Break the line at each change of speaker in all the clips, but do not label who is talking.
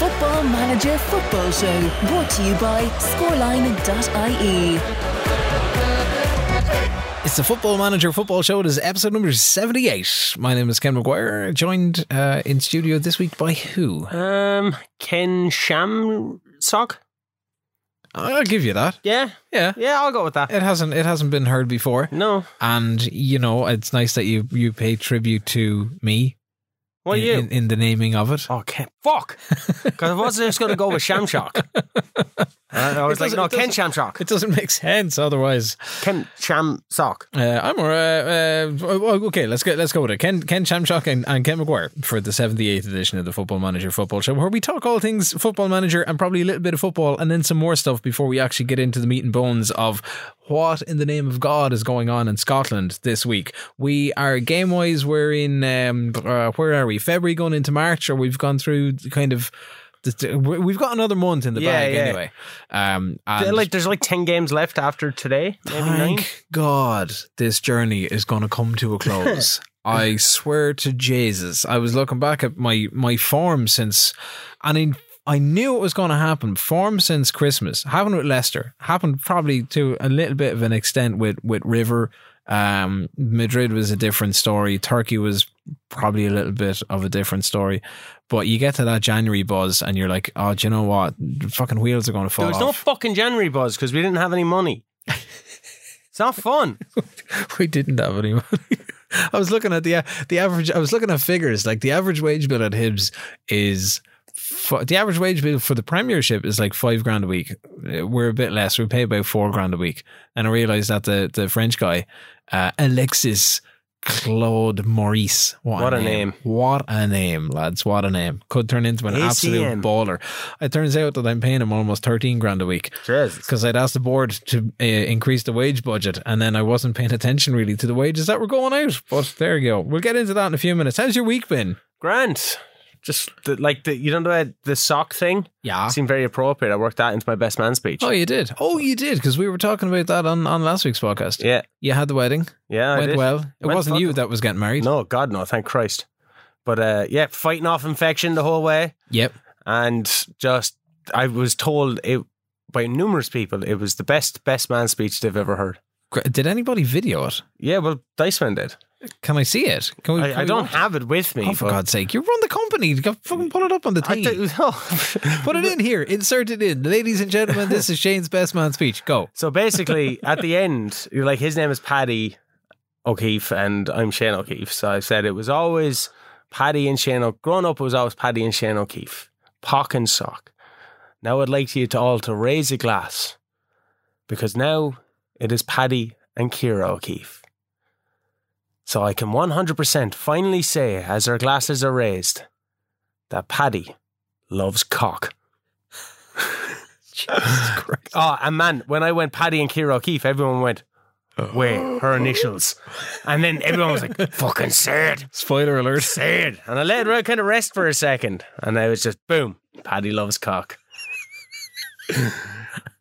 Football Manager Football Show, brought to you by scoreline.ie.
It's the Football Manager Football Show. It is episode number 78. My name is Ken McGuire, joined uh, in studio this week by who?
Um, Ken Shamsock.
I'll give you that.
Yeah,
Yeah.
yeah, I'll go with that.
It hasn't it hasn't been heard before.
No,
And you know, it's nice that you you pay tribute to me
what are
in,
you?
in, in the naming of it.
oh, Ken, fuck! Because I was just going to go with Shamshock. And I was
It
like,
doesn't-
no,
it
Ken
doesn't-
Shamshock.
It doesn't make sense otherwise.
Ken Shamsock.
Uh, I'm alright. Uh, oh, okay, let's go. Let's go with it. Ken Ken Shamrock and, and Ken McGuire for the 78th edition of the Football Manager Football Show, where we talk all things Football Manager and probably a little bit of football, and then some more stuff before we actually get into the meat and bones of what in the name of God is going on in Scotland this week. We are game wise. We're in um, uh, where are we? February going into March, or we've gone through the kind of. the- we- We've got another month in the
Yeah,
bag
yeah.
anyway. Um,
There-
and
Like, there's like ten games left after today. Maybe nine.
Thank God this journey is going to come to a close. I swear to Jesus, I was looking back at my my form since, and in, I knew it was going to happen. Form since Christmas happened with Leicester, happened probably to a little bit of an extent with with River. Um, Madrid was a different story. Turkey was probably a little bit of a different story. But you get to that January buzz, and you're like, oh, do you know what? The fucking wheels are going to fall
There was no
off.
fucking January buzz because we didn't have any money. It's not fun.
we didn't have any money. I was looking at the the average. I was looking at figures like the average wage bill at Hibs is f- the average wage bill for the Premiership is like five grand a week. Uh, We're a bit less. We pay about four grand a week. And I realized that the the French guy uh, Alexis Claude Maurice. What,
What
a,
a
name.
name.
What a name, lads! What a name. Could turn into an absolute
ACM.
baller. It turns out that I'm paying him almost thirteen grand a week
Jesus.
because I'd asked the board to uh, increase the wage budget, and then I wasn't paying attention really to the wages that were going out. But there you go. We'll get into that in a few minutes. How's your week been?
Grant. Just the, like the you don't know the- the sock thing
Yeah.
seemed very appropriate. I worked that into my best man speech.
Oh, you did. Oh, you did because we were talking about that on, on last week's podcast.
Yeah,
You had the wedding.
yeah, I
Went
did.
well. It
Went
wasn't you
fucking-
that was getting married.
No, God, no, thank Christ. But uh, yeah, fighting off infection the whole way.
Yep.
And just, I was told it by numerous people, it was the best, best man speech they've ever heard.
Gr- Did anybody video it?
Yeah, well, Diceman did.
Can I see it? Can we? can
I, I
we
don't
watch
have it
it?
with me.
Oh, for
but
God's sake! You run the company. You got- Fucking put it up on the
I
team.
don't- no.
Put it in here. Insert it in, ladies and gentlemen. This is Shane's best man speech. Go.
So basically, at the end, you're like, his name is Paddy O'Keefe, and I'm Shane O'Keefe. So I said it was always Paddy and Shane O'Keefe. Growing up, it was always Paddy and Shane O'Keefe, pock and sock. Now I'd like you to all to raise a glass because now it is Paddy and Kira O'Keefe. So I can 100% finally say, as our glasses are raised, that Paddy loves cock.
Jesus Christ.
Oh, and man, when I went Paddy and Kira O'Keefe, everyone went, wait, her initials. And then everyone was like, fucking say it,
Spoiler alert.
say it. And I let her kind of rest for a second. And I was just, boom, Paddy loves cock.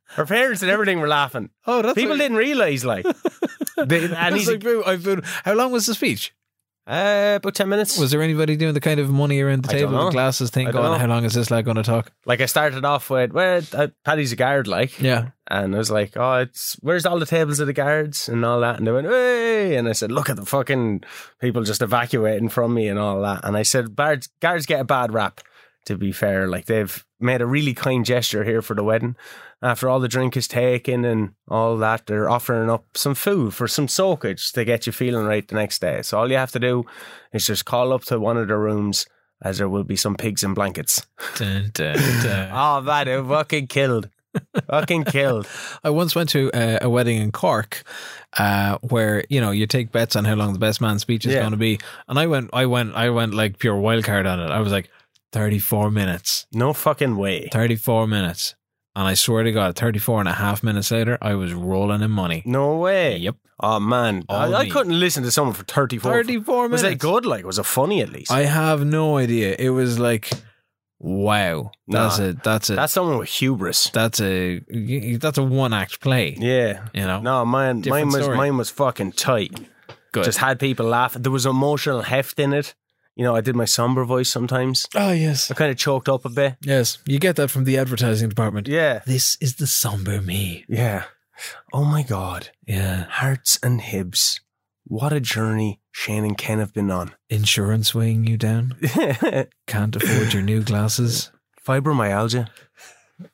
her parents and everything were laughing.
Oh, that's
People
like-
didn't realize, like. They, and
That's
he's
like,
like,
boo, I've been, how long was the speech?
uh, about 10 minutes.
Was there anybody doing the kind of money around the
I don't
table with
know.
glasses thing
I don't
going,
know.
how long is this lad going to talk?
like, I started off with, where uh, Paddy's a guard, like.
Yeah.
And I was like, oh, it's where's all the tables of the guards and all that? And they went, hey. And I said, look at the fucking people just evacuating from me and all that. And I said, guards, guards get a bad rap, to be fair. Like they've made a really kind gesture here for the wedding. After all the drink is taken and all that, they're offering up some food for some soakage to get you feeling right the next day. So all you have to do is just call up to one of the rooms as there will be some pigs and blankets.
Dun, dun, dun.
Oh, man, it fucking killed. fucking killed.
I once went to uh, a wedding in Cork uh, where, you know, you take bets on how long the best man speech is
Yeah.
going to be. And I went, I went, I went like pure wild card on it. I was like, 34 minutes,
No fucking way.
34 minutes. And I swear to God, 34 and a half minutes later, I was rolling in money.
No way.
Yep.
Oh man, I,
All
I
me.
couldn't listen to someone for thirty four.
34
was
minutes.
it good? Like, was it funny at least?
I have no idea. It was like, wow, that's
Nah.
a that's a
That's someone with hubris.
that's a that's a one act play.
Yeah.
You know,
No, mine,
Oh, Different
mine was
story.
mine was fucking tight.
good.
Just had people laugh. There was emotional heft in it. You know, I did my somber voice sometimes.
Oh, yes.
I kind of choked up a bit.
Yes. You get that from the advertising department.
Yeah.
This is the somber me.
Yeah. Oh my God.
Yeah.
Hearts and Hibs. What a journey Shane and Ken have been on.
Insurance weighing you down. Can't afford your new glasses
Fibromyalgia.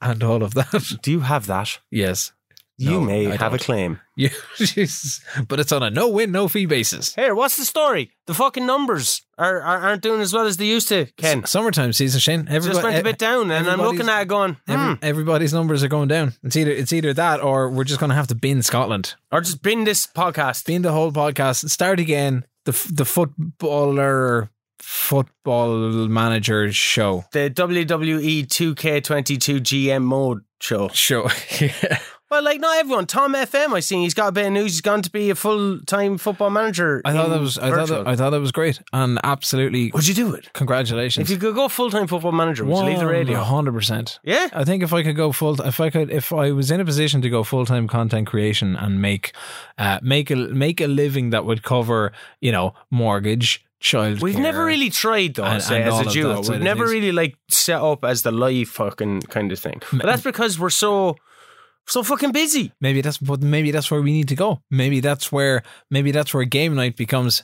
and all of that.
Do you have that?
Yes.
You
No,
may
I
have a
don't.
claim.
Yeah. Jesus. but it's on a no win, no fee basis.
Here, what's the story? The fucking numbers are, are aren't doing as well as they used to, Ken.
S- Summertime season, Shane. Everybody, e-,
Just went a bit down, and I'm
everybody's-
looking at it going, hmm,
every- everybody's numbers are going down. It's either it's either that or we're just going to have to bin Scotland.
or just bin this podcast.
Bin the whole podcast. Start again. The f- the footballer football manager show
the E WWE 2K22 GM mode show.
show. yeah.
Well, like not everyone. Tom FM, I seen he's got a bit of news. He's gone to be a full time football manager.
I thought
in
that was I thought
virtual.
that, I thought that was great and absolutely
Would you do it if
congratulations.
you could go full time football manager? Would you leave the radio?
hundred percent.
Yeah,
I think if I could go full, if I could, if I was in a position to go full time content creation and make, uh, make a make a living that would cover, you know, mortgage, child.
we've never really tried though.
and-
say,
and all of
as a
that
duo,
side
we've
of
never
things.
really like set up as the live fucking kind of thing. But that's because we're so so fucking busy.
Maybe that's but maybe that's where we need to go. Maybe that's where maybe that's where game night becomes.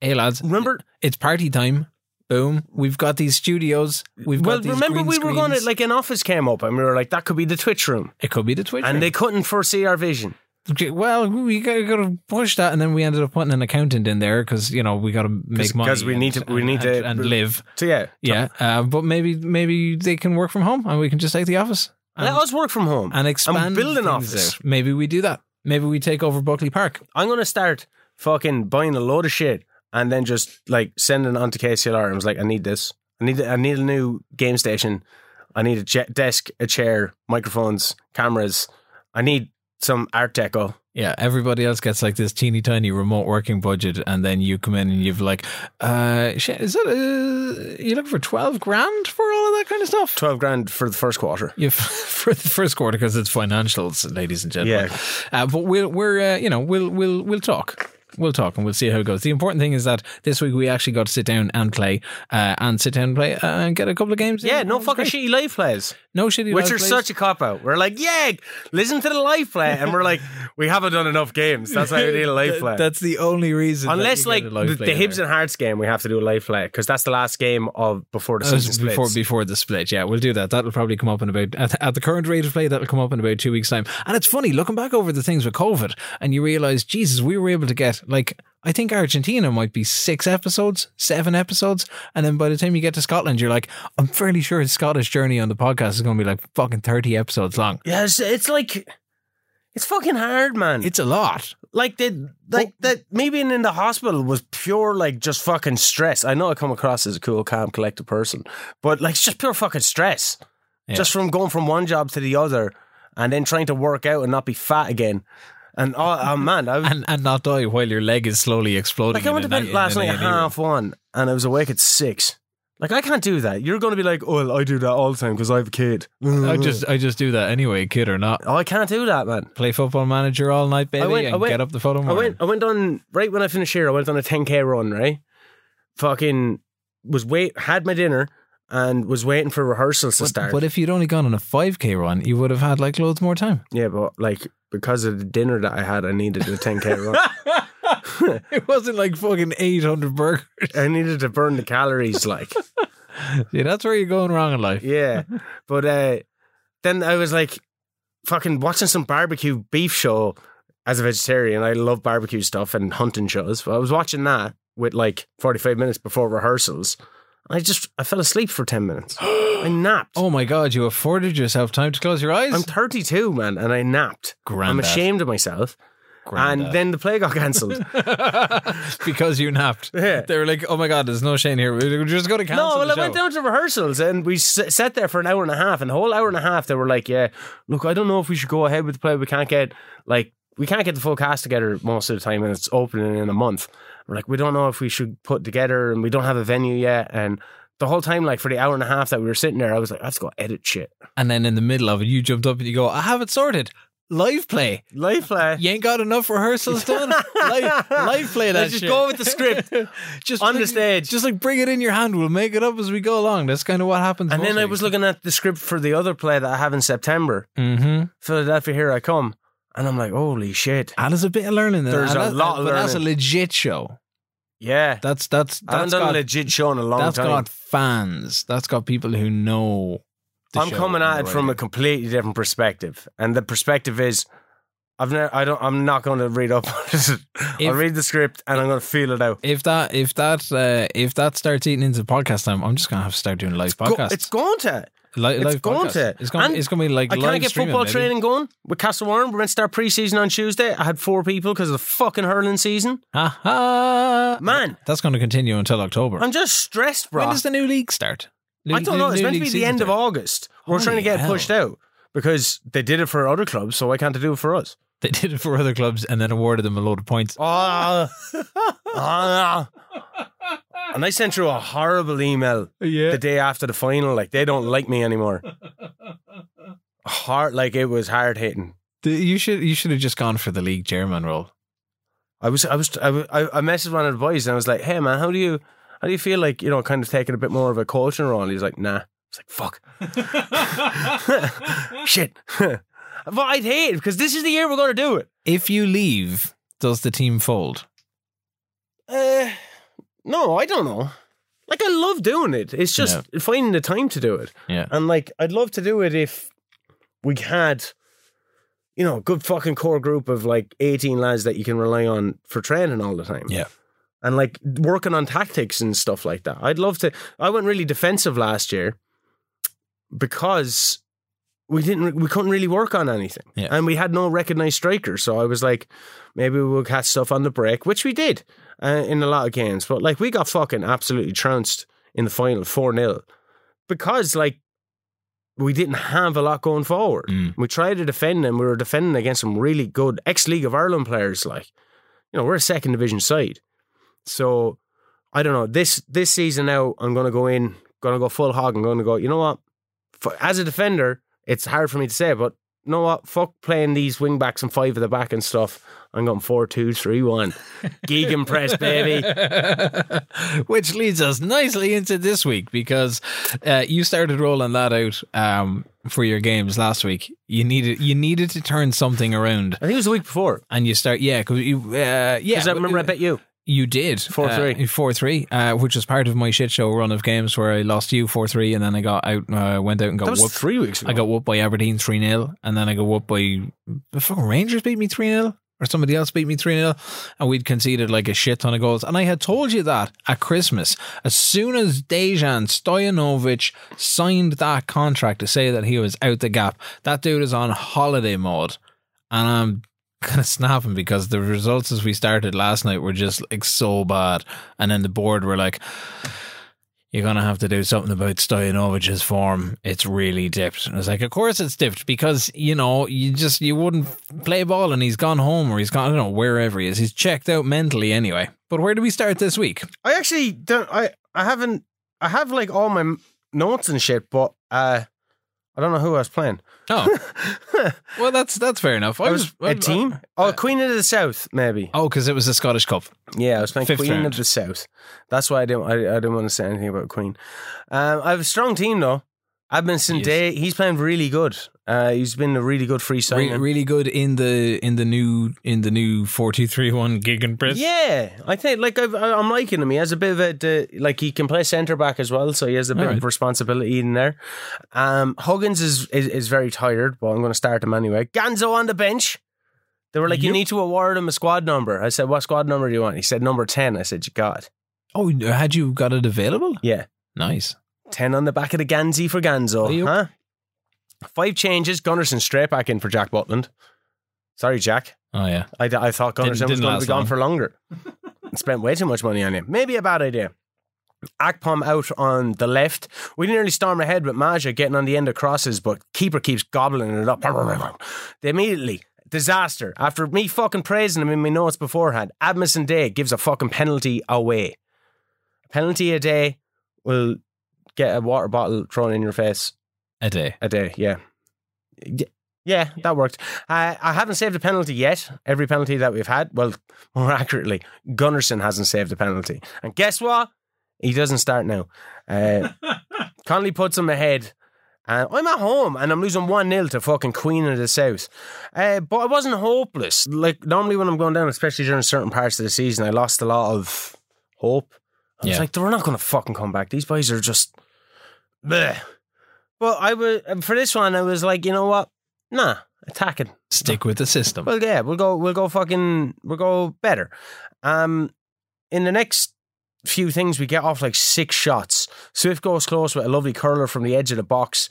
Hey lads,
Remember,
it's party time. Boom! We've got these studios. We've
well,
got these
remember
green
we were going to
screens.
like an office came up and we were like that could be the Twitch room,
it could be the Twitch.
and
room.
they couldn't foresee our vision.
Okay, well, we got, got to push that, and then we ended up putting an accountant in there because you know we got to make money
'cause we
and-
need to- we
and-
need to-
and, and live.
So yeah,
Yeah, uh, but maybe maybe they can work from home and we can just take the office and,
Let us work from home.
and expand.
and build an
things
office.
out. Maybe we do that. Maybe we take over Buckley Park.
I'm gonna start fucking buying a load of shit and then just like sending it on to KCLR. I was like, I need this. I need I need a new game station. I need a je- desk, a chair, microphones, cameras. I need some art deco.
Yeah, everybody else gets like this teeny tiny remote working budget, and then you come in and you've like, uh, shit, is that uh, you looking for twelve grand for all of that kind of stuff?
Twelve grand for the first quarter.
Yeah, for the first quarter because it's financials, ladies and gentlemen.
Yeah.
Uh, but we'll we're uh, you know we'll we'll we'll talk. We'll talk and we'll see how it goes. The important thing is that this week we actually got to sit down and play, uh, and sit down and play uh, and get a couple of games. in.
Yeah, no
It was
fucking
great.
shitty live plays,
No shitty.
which
live
are
plays.
such a cop out. We're like, yeah, listen to the live play, and we're like, we haven't done enough games. That's why we need a live
That-
play.
That's the only reason. that
Unless
you
like
get a live
the, the
play in
Hibs
there.
and Hearts game, we have to do a live play because that's the last game of before the
That was
season splits.
Uh, before before the split, yeah, we'll do that. That'll probably come up in about at, at the current rate of play. That'll come up in about two weeks' time. And it's funny looking back over the things with COVID, and you realize, Jesus, we were able to get like I think Argentina might be six episodes, seven episodes, and then by the time you get to Scotland, you're like, I'm fairly sure his Scottish journey on the podcast is going to be like fucking thirty episodes long.
yeah, it's, it's like it's fucking hard, man.
It's a lot.
like the like that me being in the hospital was pure like just fucking stress. I know I come across as a cool, calm, collected person, but like it's just pure fucking stress,
Yeah.
just from going from one job to the other, and then trying to work out and not be fat again. And oh, oh, man, I was,
And and not die while your leg is slowly exploding.
Like I
in
went to
an-
bed
in
last
an
night at
A&E room.
half one, and I was awake at six. Like I can't do that. You're going to be like, "Oh, well, I do that all the time because I have a kid."
I just I just do that anyway, kid or not.
oh, I can't do that, man.
Play football manager all night, baby,
went- I
and
went-
get up the photo.
I went, I went on right when I finished here. I went on a 10k run, right? Fucking was wait, had my dinner, and was waiting for rehearsals to
But-
start.
But if you'd only gone on a 5k run, you would have had like loads more time.
yeah, but like because of the dinner that I had, I needed the 10k run.
It wasn't like fucking 800 burgers.
I needed to burn the calories, like.
See, that's where you're going wrong in life.
Yeah. But uh, then I was like fucking watching some barbecue beef show as a vegetarian. I love barbecue stuff and hunting shows. But I was watching that with like 45 minutes before rehearsals. I just I fell asleep for 10 minutes. I napped.
Oh my god, you afforded yourself time to close your eyes.
I'm 32, man, and I napped. I'm
Grandad.
ashamed of myself.
Grandad.
And then the play got cancelled.
because you napped.
Yeah.
They were like, "Oh my god, there's no Shane here. We're just going to cancel."
No, well,
the
I went
show."
down to rehearsals and we s- sat there for an hour and a half. And the whole hour and a half, they were like, "Yeah, look, I don't know if we should go ahead with the play. We can't get like we can't get the full cast together most of the time, and it's opening in a month. We're like, we don't know if we should put together, and we don't have a venue yet, and." The whole time, like for the hour and a half that we were sitting there, I was like, I have to go edit shit.
And then in the middle of it, you jumped up and you go, "I have it sorted." live play.
Life play.
You ain't got enough rehearsals done. live, live play that
Let's just
shit.
go with the script.
just
on the
bring-
stage.
Just like bring it in your hand. We'll make it up as we go along. That's kind of what happens.
And then I was looking at the script for the other play that I have in September,
mm-hmm.
Philadelphia Here I Come, and I'm like, holy shit,
and "Ah, there's a bit of learning. There.
There's
And
a
that-
lot of
but That's a
learning.
legit show.
yeah.
That's that's
I haven't
that's
done
got
a legit show in a long
that's
time.
got fans. That's got people who know. the
I'm
show
coming at
and
it
the
from a
writing.
completely different perspective, and the perspective is, I've never, I don't, I'm not going to read up. on it. I'll
If-
read the script and I'm going to feel it out.
If that if that uh, if that starts eating into podcast time, I'm just gonna have to start doing live podcasts.
Go- it's going to.
Li-
it's
live
going
podcasts.
to.
It's gonna
And
it's gonna be like
I
live
can't get
streaming,
football
baby.
training going with Castle Warren. We're going to start preseason on Tuesday. I had four people because of the fucking hurling season.
Ha ha!
Man,
That's going to continue until October.
I'm just stressed, bro.
when does the new league start? New-
I don't
new-
know. It's
new
meant to
league
be the
season
end of
start.
August. We're
Holy
trying to get
hell.
pushed out because they did it for other clubs, so why can't they do it for us?
They did it for other clubs and then awarded them a load of points. Ah.
Oh, oh. And I sent through a horrible email
Oh, Yeah.
the day after the final. Like they don't like me anymore. Hard, like it was hard hitting.
you should you should have just gone for the league chairman role.
I was, I was, I, was- I I messaged one of the boys and I was like, "Hey man, how do you, how do you feel like you know, kind of taking a bit more of a coaching role?" He's like, "Nah." It's like, "Fuck, shit." but I'd hate it because this is the year we're going to do it.
If you leave, does the team fold?
Uh, no, I don't know. Like I love doing it. It's just finding the time to do it.
Yeah.
And like I'd love to do it if we had, you know, a good fucking core group of like eighteen lads that you can rely on for training all the time.
Yeah.
And like working on tactics and stuff like that. I'd love to. I went really defensive last year because we didn't. We couldn't really work on anything.
Yeah.
And we had no recognized striker. So I was like, maybe we'll catch stuff on the break, which we did uh, in a lot of games. But like we got fucking absolutely trounced in the final 4 0 because like we didn't have a lot going forward.
Mm.
We tried to defend and we were defending against some really good ex League of Ireland players. Like, you know, we're a second division side. So I don't know. This this season now, I'm going to go in, going to go full hog. I'm going to go, you know what? For, as a defender, it's hard for me to say, but you know what? Fuck playing these wing backs and five at the back and stuff. I'm going 4 2 3 1. Gegan press, baby.
Which leads us nicely into this week because uh, you started rolling that out um, for your games last week. You needed you needed to turn something around,
I think it was the week before.
and you start yeah 'cause you uh, yeah.
Because I remember I bet you.
You did
4-3.
four three, uh, which was part of my shit show run of games where I lost you four three, and then I got out, uh, went out and got
That was
whooped.
three weeks ago.
I got whooped by Aberdeen three 0 and then I got whooped by the fucking Rangers beat me three 0 or somebody else beat me three 0 and we'd conceded like a shit ton of goals. And I had told you that at Christmas, as soon as Dejan Stojanovic signed that contract to say that he was out the gap, that dude is on holiday mode, and I'm kind of snapping because the results as we started last night were just like so bad. And then the board were like, you're going to have to do something about Stoyanovic's form. It's really dipped. And I was like, of course it's dipped because, you know, you just, you wouldn't play ball and he's gone home or he's gone, I don't know, wherever he is. He's checked out mentally anyway. But where do we start this week?
I actually don't. I I haven't. I have like all my m- notes and shit, but uh, I don't know who I was playing.
Oh, well, that's that's fair enough. I
I was a team. Oh, Queen of the South, maybe.
Oh, because it was the Scottish Cup.
Yeah, I was playing
Fifth
Queen
round.
of the South. That's why I didn't. I, I didn't want to say anything about Queen. Um, I have a strong team though. Edmondson
Yes.
Day. He's playing really good. Uh, he's been a really good free
Re-
signing.
really good in the in the new in the new four two three one gig and press.
Yeah, I think like I've, I- I'm liking him. He has a bit of a de- like he can play centre back as well, so he has a bit
Alright.
of responsibility in there. Um, Huggins is, is is very tired, but I'm going to start him anyway. Ganzo on the bench. They were like, you
Yep.
need to award him a squad number. I said, what squad number do you want? He said, number ten. I said, you got it.
Oh, had you got it available?
yeah,
Nice.
ten on the back of the Ganzi for
Are
Ganzo,
you-
huh? Five changes. Gunnarsson straight back in for Jack Butland. Sorry, Jack.
Oh yeah.
I, I thought Gunnarsson
Didn't-
was
didn't
going to
last
be gone
long.
for longer. Spent way too much money on him. Maybe a bad idea. Akpom out on the left. We didn't really storm ahead with Maja getting on the end of crosses, but keeper keeps gobbling it up. They immediately disaster after me fucking praising him in my notes beforehand. Admison Day gives a fucking penalty away. A penalty a day will get a water bottle thrown in your face
A day.
a day. Yeah, Yeah, that worked. I, I haven't saved a penalty yet. Every penalty that we've had, well, more accurately, Gunnarsson hasn't saved a penalty. And guess what? He doesn't start now. Uh, Conley puts him ahead. Uh, I'm at home and I'm losing 1 0 to fucking Queen of the South. Uh, but I wasn't hopeless. Like, normally when I'm going down, especially during certain parts of the season, I lost a lot of hope. I was
Yeah.
like, they're not going to fucking come back. These boys are just. Bleh. But I was, for this one, I was like, you know what? Nah, attacking.
Stick with the system.
Well, yeah, we'll go. We'll go. Fucking, we'll go better. Um, in the next few things, we get off like six shots. Swift goes close with a lovely curler from the edge of the box.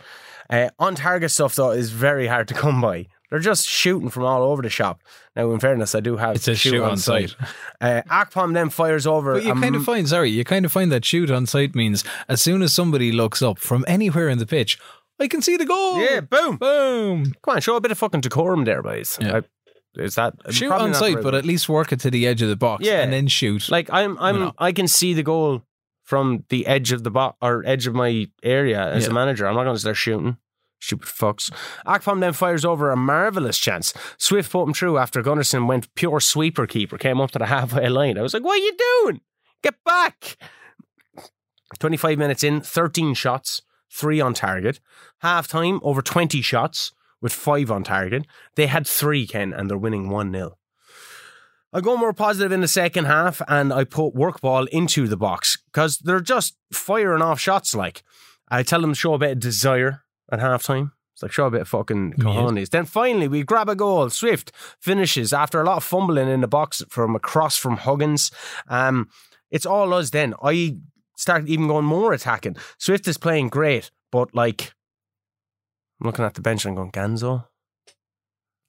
Uh, on target stuff though is very hard to come by. They're just shooting from all over the shop. Now, in fairness, I do have
It says shoot on sight.
Uh, Akpom then fires over.
But you
a
kind of find, sorry, you kind of find that shoot on sight means as soon as somebody looks up from anywhere in the pitch, I can see the goal.
yeah, boom!
Boom.
Come on, show a bit of fucking decorum there, boys.
Yeah.
Like, is that
Shoot
probably
on
not
sight,
the
but
right-
at least work it to the edge of the box
Yeah.
and then shoot.
Like I'm, I'm,
No.
I can see the goal from the edge of the box or edge of my area as a
Yeah.
manager. I'm not going to start shooting. Stupid fucks. Akpom then fires over a marvelous chance. Swift put him through after Gunnarsson went pure sweeper keeper, came up to the halfway line. I was like, "What are you doing? Get back!" Twenty-five minutes in, thirteen shots, three on target. Half time, over twenty shots with five on target. They had three, Ken, and they're winning one 0 I go more positive in the second half and I put work ball into the box because they're just firing off shots. Like, I tell them to show a bit of desire at halftime. It's like, show a bit of fucking cojones. Then finally, we grab a goal. Swift finishes after a lot of fumbling in the box from across from Huggins. Um, it's all us then. I start even going more attacking. Swift is playing great, but like, I'm looking at the bench and I'm going, Ganzo?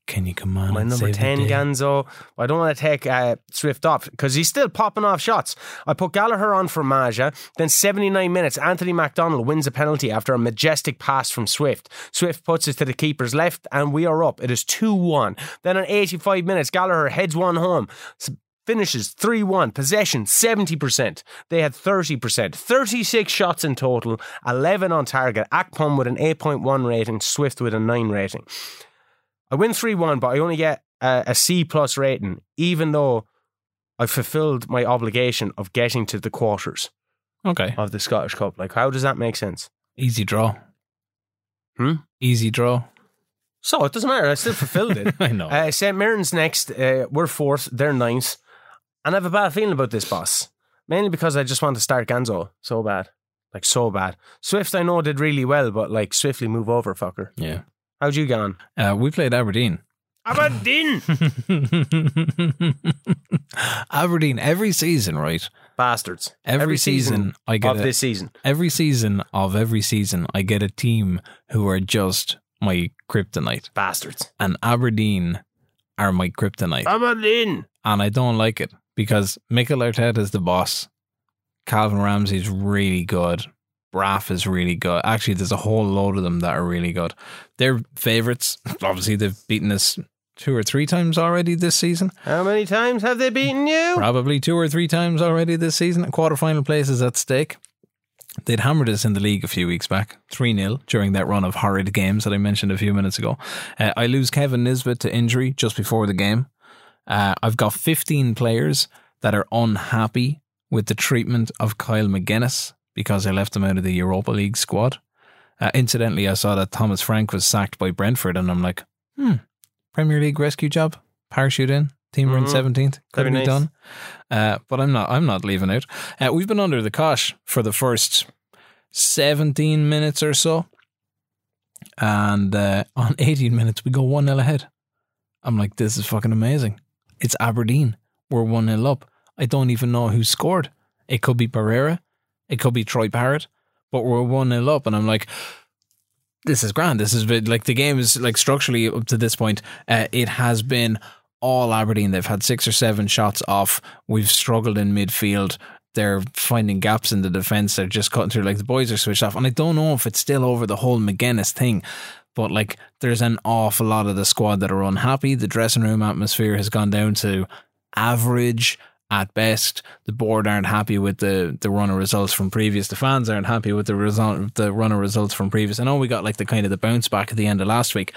can you come on?
my
and
number
save the
10
day?
Ganzo. I don't want to take uh, Swift off because he's still popping off shots. I put Gallagher on for Maja. Then 79 minutes, Anthony MacDonald wins a penalty after a majestic pass from Swift. Swift puts it to the keeper's left and we are up. It is 2 1. Then on 85 minutes, Gallagher heads one home. S- Finishes 3 1, possession 70%. They had 30%, 36 shots in total, 11 on target. Akpom with an 8.1 rating, Swift with a 9 rating. I win 3 1, but I only get a, a C plus rating, even though I fulfilled my obligation of getting to the quarters
Okay.
of the Scottish Cup. Like, how does that make sense?
Easy draw.
Hmm?
Easy draw.
So it doesn't matter. I still fulfilled it.
I know.
Uh, St. Mirren's next. Uh, we're fourth. They're ninth. And I have a bad feeling about this boss, mainly because I just want to start Ganzo so bad. Like, so bad. Swift, I know, did really well, but like, swiftly move over, fucker.
yeah.
How'd you get on?
Uh, we played Aberdeen.
Aberdeen!
Aberdeen every season, right?
Bastards.
Every season I get
of
it.
this season.
Every season of every season, I get a team who are just my kryptonite,
Bastards.
and Aberdeen are my kryptonite,
Um, Aberdeen!
and I don't like it because Mikel Arteta is the boss. Calvin Ramsey is really good. Braff is really good. Actually, there's a whole load of them that are really good. They're favorites. Obviously, they've beaten us two or three times already this season.
How many times have they beaten you?
probably two or three times already this season. Quarterfinal place is at stake. They'd hammered us in the league a few weeks back, 3 0 during that run of horrid games that I mentioned a few minutes ago. Uh, I lose Kevin Nisbet to injury just before the game. Uh, I've got 15 players that are unhappy with the treatment of Kyle McGuinness because I left him out of the Europa League squad. Uh, incidentally, I saw that Thomas Frank was sacked by Brentford, and I'm like, hmm, Premier League rescue job, parachute in, team were in
Mhm.
17th, could
That'd
be
be nice.
done. Uh, but I'm not. I'm not leaving out. Uh, we've been under the cosh for the first 17 minutes or so, and uh, on 18 minutes we go one 0 ahead. I'm like, this is fucking amazing. It's Aberdeen. We're one 0 up. I don't even know who scored. It could be Pereira. It could be Troy Parrott. But we're one 0 up, and I'm like. This is grand. This is been- like the game is like structurally up to this point. Uh, it has been all Aberdeen. They've had six or seven shots off. We've struggled in midfield. They're finding gaps in the defence. They're just cutting through. Like the boys are switched off. And I don't know if it's still over the whole McGuinness thing, but like there's an awful lot of the squad that are unhappy. The dressing room atmosphere has gone down to average at best. The board aren't happy with the the runner results from previous. The fans aren't happy with the result the runner results from previous. I know we got like the kind of the bounce back at the end of last week,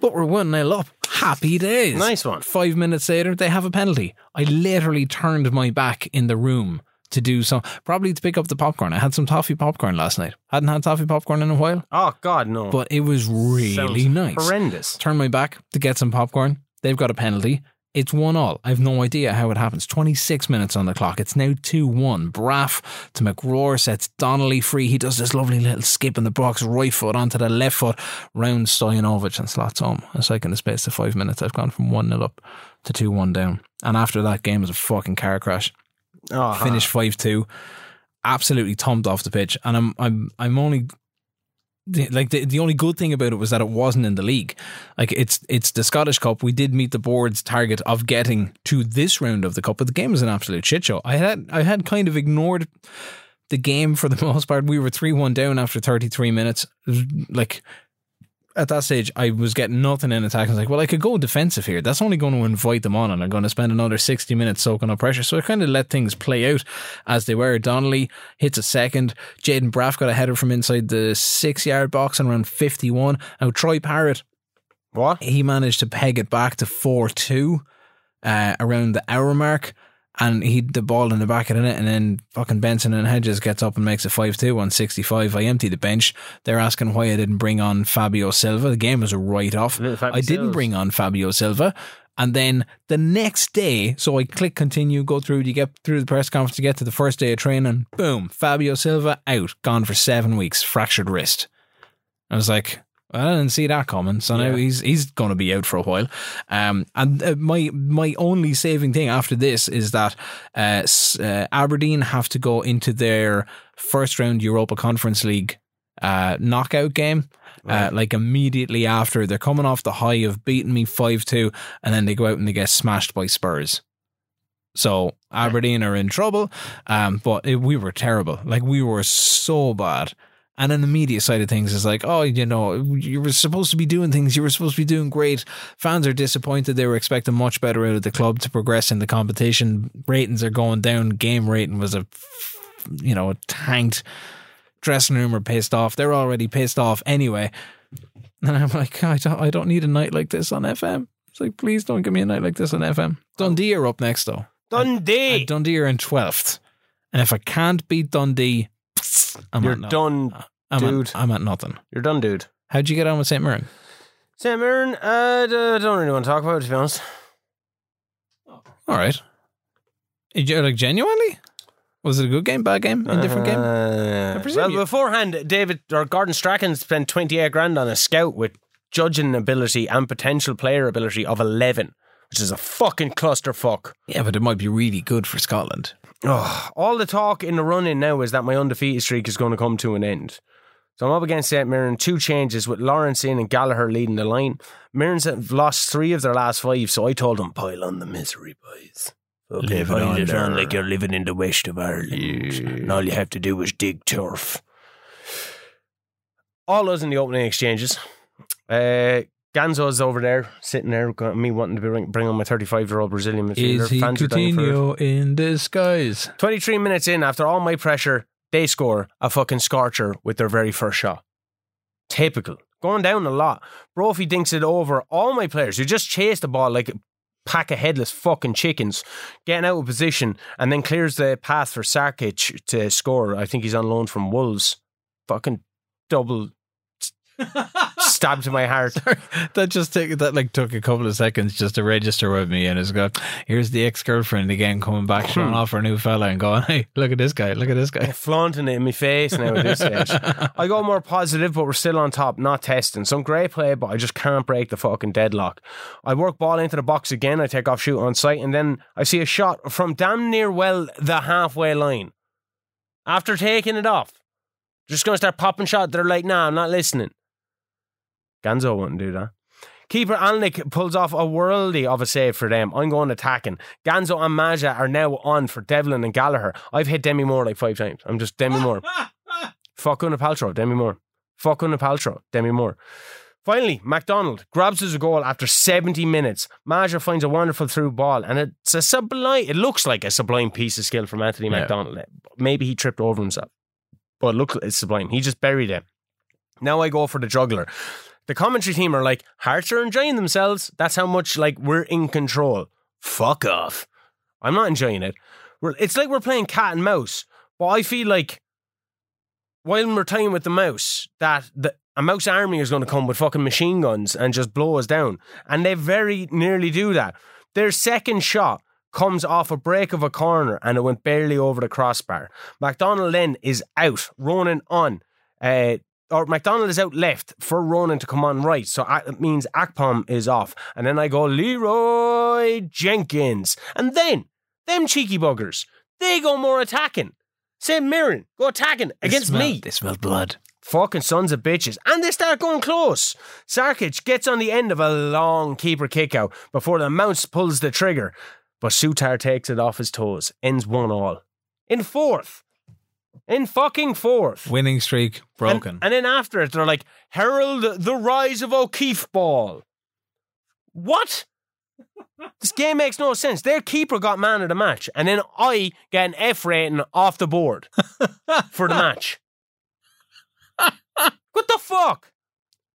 But we're 1 0 up. Happy days.
Nice one.
Five minutes later, they have a penalty. I literally turned my back in the room to do some, probably to pick up the popcorn. I had some toffee popcorn last night. Hadn't had toffee popcorn in a while,
Oh God, no!
but it was really
Sounds
nice.
horrendous.
Turn my back to get some popcorn. They've got a penalty. It's one all. I have no idea how it happens. 26 minutes on the clock. It's now 2 1. Braff to McRoar sets Donnelly free. He does this lovely little skip in the box, right foot onto the left foot, round Stojanovic and slots home. It's like in the space of five minutes, I've gone from 1 0 up to 2 1 down. And after that game was a fucking car crash.
Oh,
Finished 5 2. Absolutely thumped off the pitch. And I'm, I'm, I'm only the- like the, the only good thing about it was that it wasn't in the league. Like it's it's the Scottish Cup. We did meet the board's target of getting to this round of the cup, but the game was an absolute shit show. I had I had kind of ignored the game for the most part. We were three one down after thirty three minutes. Like at that stage, I was getting nothing in attack. I was like, well, I could go defensive here. That's only going to invite them on, and I'm going to spend another sixty minutes soaking up pressure. So I kind of let things play out as they were. Donnelly hits a second. Jaden Braff got a header from inside the six yard box and ran 51. Now, Troy Parrott,
What?
he managed to peg it back to 4 2 uh, around the hour mark. And he the ball in the back of the net, and then fucking Benson and Hedges gets up and makes a five two on sixty five. I empty the bench. They're asking why I didn't bring on Fabio Silva. The game was a write off.
Little Fabio
I didn't
Silva.
bring on Fabio Silva. And then the next day, so I click continue, go through, you get through the press conference, you get to the first day of training, boom, Fabio Silva out, gone for seven weeks, fractured wrist. I was like, I didn't see that coming, so now
Yeah.
he's he's going to be out for a while. Um, and uh, my my only saving thing after this is that uh, s- uh, Aberdeen have to go into their first round Europa Conference League uh, knockout game. Uh, like immediately after they're coming off the high of beating me 5-2 and then they go out and they get smashed by Spurs. So Aberdeen are in trouble um, but it, we were terrible. Like we were so bad. And then the media side of things is like, oh, you know, you were supposed to be doing things. You were supposed to be doing great. Fans are disappointed. They were expecting much better out of the club to progress in the competition. Ratings are going down. Game rating was a, you know, tanked. Dressing room are pissed off. They're already pissed off anyway. And I'm like, I don't, I don't need a night like this on FM. It's like, please don't give me a night like this on FM. Dundee are up next though.
Dundee.
And Dundee are in 12th. And if I can't beat Dundee, I'm
You're
at no- Uh.
done.
I'm
dude.
At, I'm at nothing.
You're done, dude.
How'd you get on with St. Mirren?
Sam Aaron, uh, d- I don't really want to talk about it, to be honest.
All right. Did you- like, genuinely? Was it a good game, bad game, indifferent game?
Uh,
I presume
well,
you-
beforehand, David or Gordon Strachan spent 28 grand on a scout with judging ability and potential player ability of 11, which is a fucking clusterfuck.
Yeah, but it might be really good for Scotland.
Ugh. all the talk in the run in now is that my undefeated streak is going to come to an end. So I'm up against St. Mirren, two changes with Lawrence in and Gallagher leading the line. Mirren's have lost three of their last five, so I told them, pile on the misery, boys. Okay,
Live it
pile
on
it on
there."
like you're living in the west of Ireland. And all you have to do is dig turf. All those in the opening exchanges. Uh, Ganzo's over there, sitting there, got me wanting to bring, bring on my 35 year old Brazilian midfielder.
Is he
Fans are dying for it.
Coutinho in disguise?
23 minutes in, after all my pressure, they score a fucking scorcher with their very first shot. Typical. Going down a lot. Brophy dinks it over all my players who just chase the ball like a pack of headless fucking chickens, getting out of position and then clears the path for Sarkic to score. I think he's on loan from Wolves. Fucking double stab to my heart.
that just took that like took a couple of seconds just to register with me, and it's got here's the ex girlfriend again coming back, showing off her new fella, and going, hey, look at this guy, look at this guy.
flaunting it in my face now at this stage. I go more positive, but we're still on top, not testing. Some great play, but I just can't break the fucking deadlock. I work ball into the box again, I take off shoot on sight, and then I see a shot from damn near well the halfway line. After taking it off, just gonna start popping shot. They're like, nah, I'm not listening. Ganzo wouldn't do that. Keeper Alnick pulls off a worldie of a save for them. I'm going attacking. Ganzo and Maja are now on for Devlin and Gallagher. I've hit Demi Moore like five times. I'm just Demi Moore. Fuck Una Paltrow, Demi Moore. Fuck Una Paltrow, Demi Moore. Finally, MacDonald grabs his goal after 70 minutes. Maja finds a wonderful through ball, and it's a sublime, it looks like a sublime piece of skill from Anthony
Yeah.
MacDonald. Maybe he tripped over himself, but look, it's sublime. He just buried it. Now I go for the juggler. The commentary team are like, Hearts are enjoying themselves. That's how much like we're in control. Fuck off. I'm not enjoying it. We're, it's like we're playing cat and mouse. But I feel like while we're playing with the mouse, that the, a mouse army is going to come with fucking machine guns and just blow us down. And they very nearly do that. Their second shot comes off a break of a corner and it went barely over the crossbar. McDonald then is out, Ronan on. Uh, or McDonald is out left for Ronan to come on right. So uh, it means Akpom is off. And then I go Leroy Jenkins. And then them cheeky buggers, they go more attacking. Say Mirren, go attacking against
smell,
me.
They smell blood.
Fucking sons of bitches. And they start going close. Sarkic gets on the end of a long keeper kick out before the mouse pulls the trigger. But Sutar takes it off his toes. Ends one all. In fourth. In fucking fourth.
Winning streak
And-
broken.
And, then after it, they're like, Herald the rise of O'Keefe ball. What? this game makes no sense. Their keeper got man of the match, and then I get an F rating off the board for the match. what the fuck?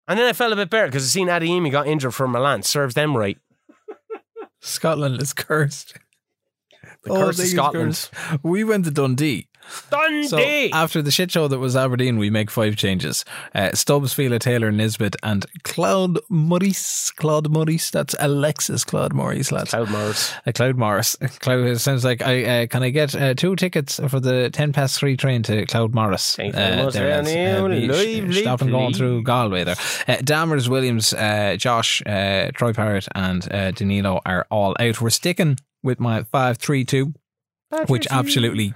And then I felt a bit better because I seen Adeyemi got injured for Milan. Serves them right.
Scotland is cursed.
The
Oh,
curse
they
of
use
Scotland.
curse. We went to Dundee. So
Dundee!
after the shit show that was Aberdeen, we make five changes. Uh, Stubbs, Fila, Taylor, Nisbet, and Claude Maurice. Claude Maurice. That's Alexis Claude Maurice, lads.
Cloud Mars.
Uh, Cloud Morris. Cloud it sounds like I uh, can I get uh, two tickets for the ten past three train to Cloud Uh, Morris.
Thank you very much,
lads.
Daniel.
Uh, we sh-
Lively,
stop and going
please.
through Galway there. Uh, Dammers, Williams, uh, Josh, uh, Troy Parrott, and uh, Danilo are all out. We're sticking with my five three two, which absolutely.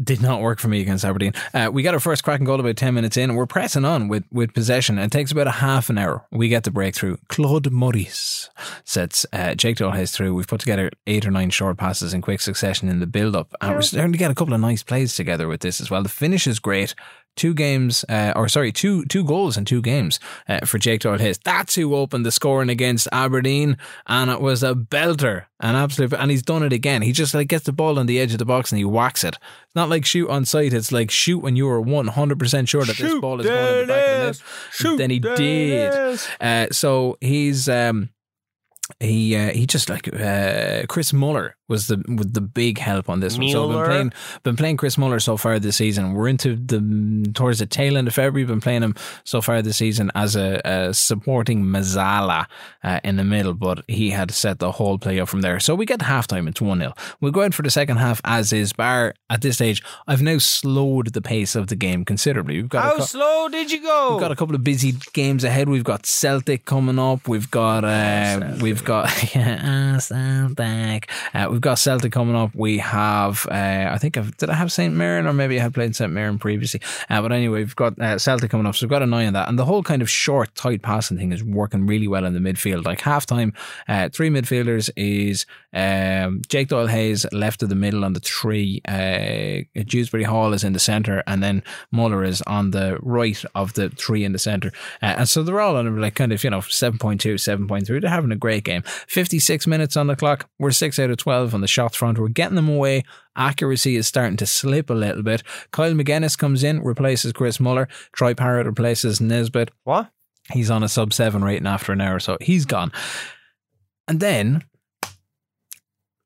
Did not work for me against Aberdeen. Uh, we got our first cracking goal about 10 minutes in. We're pressing on with, with possession. It takes about a half an hour. We get the breakthrough. Claude Maurice sets uh, Jake Dolhays through. We've put together eight or nine short passes in quick succession in the build up. And we're starting to get a couple of nice plays together with this as well. The finish is great. Two games, uh, or sorry, two two goals in two games uh, for Jake Dolhays. That's who opened the scoring against Aberdeen, and it was a belter, an absolute. And he's done it again. He just like gets the ball on the edge of the box and he whacks it. It's not like shoot on sight. It's like shoot when you are one hundred percent sure that this
Shoot,
ball is going in the back of the net.
Dallas. Shoot,
Then he did.
Dallas.
Uh, so he's um, he uh, he just like uh, Chris Muller was the with the big help on this one. So I've
Mueller.
been playing been playing Chris Muller so far this season. We're into the towards the tail end of February. Been playing him so far this season as a, a supporting Mazzala uh, in the middle, but he had set the whole play up from there. So we get halftime. It's one 0 We go out for the second half as is. Bar at this stage, I've now slowed the pace of the game considerably. We've got a
How
cou-
slow did you go?
We've got a couple of busy games ahead. We've got Celtic coming up. We've got uh, we've got yeah, ah, Celtic. Uh, we've got Celtic coming up. We have uh, I think I've, did I have Saint Mirren or maybe I had played Saint Mirren previously. Uh, but anyway, we've got uh, Celtic coming up, so we've got an eye on that. And the whole kind of short, tight passing thing is working really well in the midfield. Like halftime, uh, three midfielders is um, Jake Doyle Hayes left of the middle on the three. Uh, Dewsbury Hall is in the centre, and then Muller is on the right of the three in the centre. Uh, and so they're all on like kind of, you know, 7.2, 7.3. They're having a great game. 56 minutes on the clock. We're 6 out of 12 on the shots front. We're getting them away. Accuracy is starting to slip a little bit. Kyle McGuinness comes in, replaces Chris Muller. Troy Parrott replaces Nisbet.
what?
He's on a sub seven rating after an hour, so he's gone. And then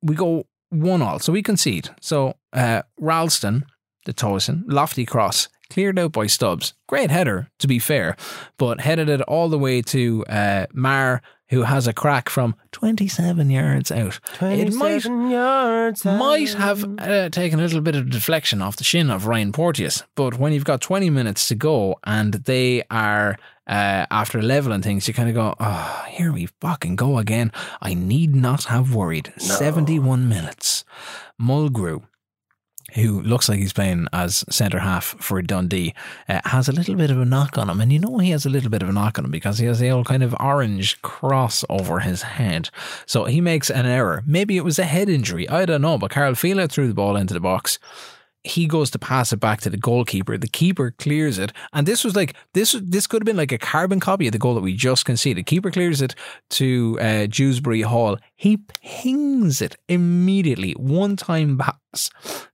we go one all, so we concede. So uh, Ralston, the Tosin, lofty cross, cleared out by Stubbs. Great header, to be fair, but headed it all the way to uh, Marr, who has a crack from 27 yards out. It might
27 yards
might
out.
have uh, taken a little bit of deflection off the shin of Ryan Porteous, but when you've got 20 minutes to go and they are uh, after leveling things, you kind of go, oh, here we fucking go again. I need not have worried. 71 minutes. Mulgrew who looks like he's playing as centre half for Dundee, uh, has a little bit of a knock on him. And you know he has a little bit of a knock on him because he has the old kind of orange cross over his head. So he makes an error. Maybe it was a head injury. I don't know. But Carl Fila threw the ball into the box. He goes to pass it back to the goalkeeper. The keeper clears it, and this was like this. This could have been like a carbon copy of the goal that we just conceded. Keeper clears it to uh, Dewsbury Hall. He pings it immediately, one time pass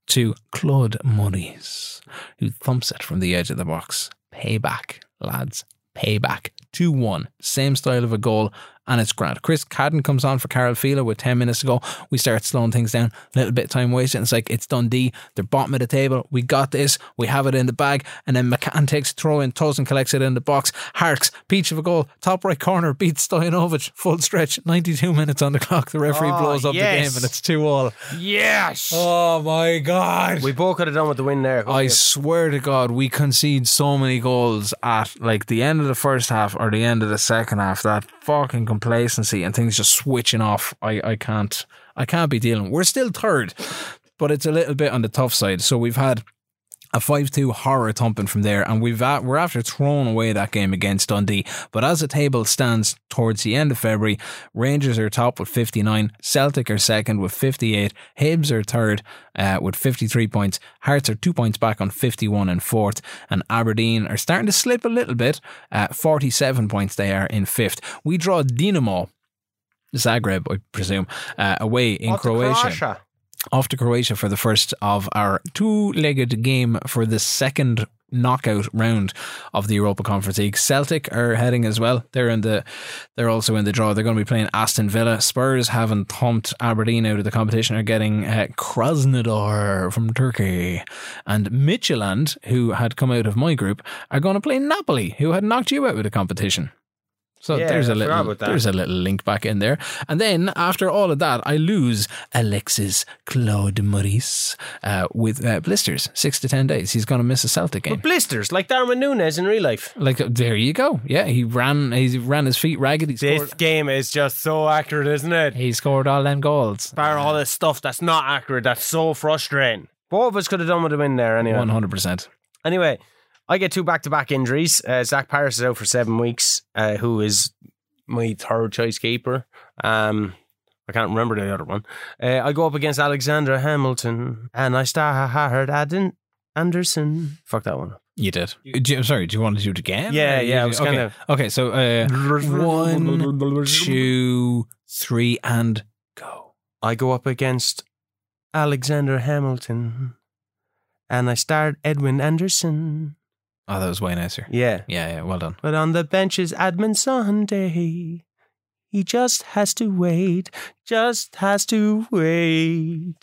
to Claude Maurice, who thumps it from the edge of the box. Payback, lads. Payback. 2 1. Same style of a goal, and it's grand. Chris Cadden comes on for Carol Fila with 10 minutes to go. We start slowing things down, a little bit of time wasted. It's like, it's Dundee. They're bottom of the table. We got this. We have it in the bag. And then McCann takes a throw in, Tosin collects it in the box. Harks, peach of a goal, top right corner, beats Stojanovic, full stretch, 92 minutes on the clock. The referee
Oh,
blows up the
yes.
game, and it's 2 all.
Yes.
Oh my God.
We both could have done with the win there.
I swear to God, we concede so many goals at like the end of the first half or the end of the second half. That fucking complacency and things just switching off. I, I can't I can't be dealing. We're still third, but it's a little bit on the tough side. So we've had a five-two horror thumping from there, and we've at, we're after throwing away that game against Dundee. But as the table stands towards the end of February, Rangers are top with fifty-nine, Celtic are second with fifty-eight, Hibs are third uh, with fifty-three points, Hearts are two points back on fifty-one and fourth, and Aberdeen are starting to slip a little bit. Uh, Forty-seven points they are in fifth. We draw Dinamo. Zagreb, I presume, uh, away in off to Croatia for the first of our two legged game for the second knockout round of the Europa Conference League. Celtic are heading as well. They're in the they're also in the draw. They're going to be playing Aston Villa. Spurs haven't thumped Aberdeen out of the competition are getting uh, Krasnodar from Turkey. And Midtjylland, who had come out of my group, are going to play Napoli, who had knocked you out of the competition. So
Yeah,
there's a
I forgot
little
about that.
there's a little link back in there. And then after all of that, I lose Alexis Claude Maurice uh, with uh, blisters, six to ten days. He's going to miss a Celtic game.
With blisters, like Darwin Nunes in real life.
Like uh, there you go. Yeah, he ran. He ran his feet ragged. He
This
scored,
game is just so accurate, isn't it?
he scored all them goals.
Bar all this stuff that's not accurate, that's so frustrating. Both of us could have done with a win there anyway.
One hundred percent.
Anyway, I get two back to back injuries. Uh, Zach Paris is out for seven weeks, uh, who is my third choice keeper. Um, I can't remember the other one. Uh, I go up against Alexander Hamilton and I start Adam Anderson. Fuck that one.
You did. Do you- I'm sorry. Do you want to do it again?
Yeah,
Or you
yeah, I
do-
was
okay.
kinda-
okay. So uh, one, two, three, and go.
I go up against Alexander Hamilton and I start Edwin Anderson.
Oh, that was way nicer.
Yeah.
Yeah, yeah. Well done.
But on the bench is Admin Sunday. He just has to wait. Just has to wait.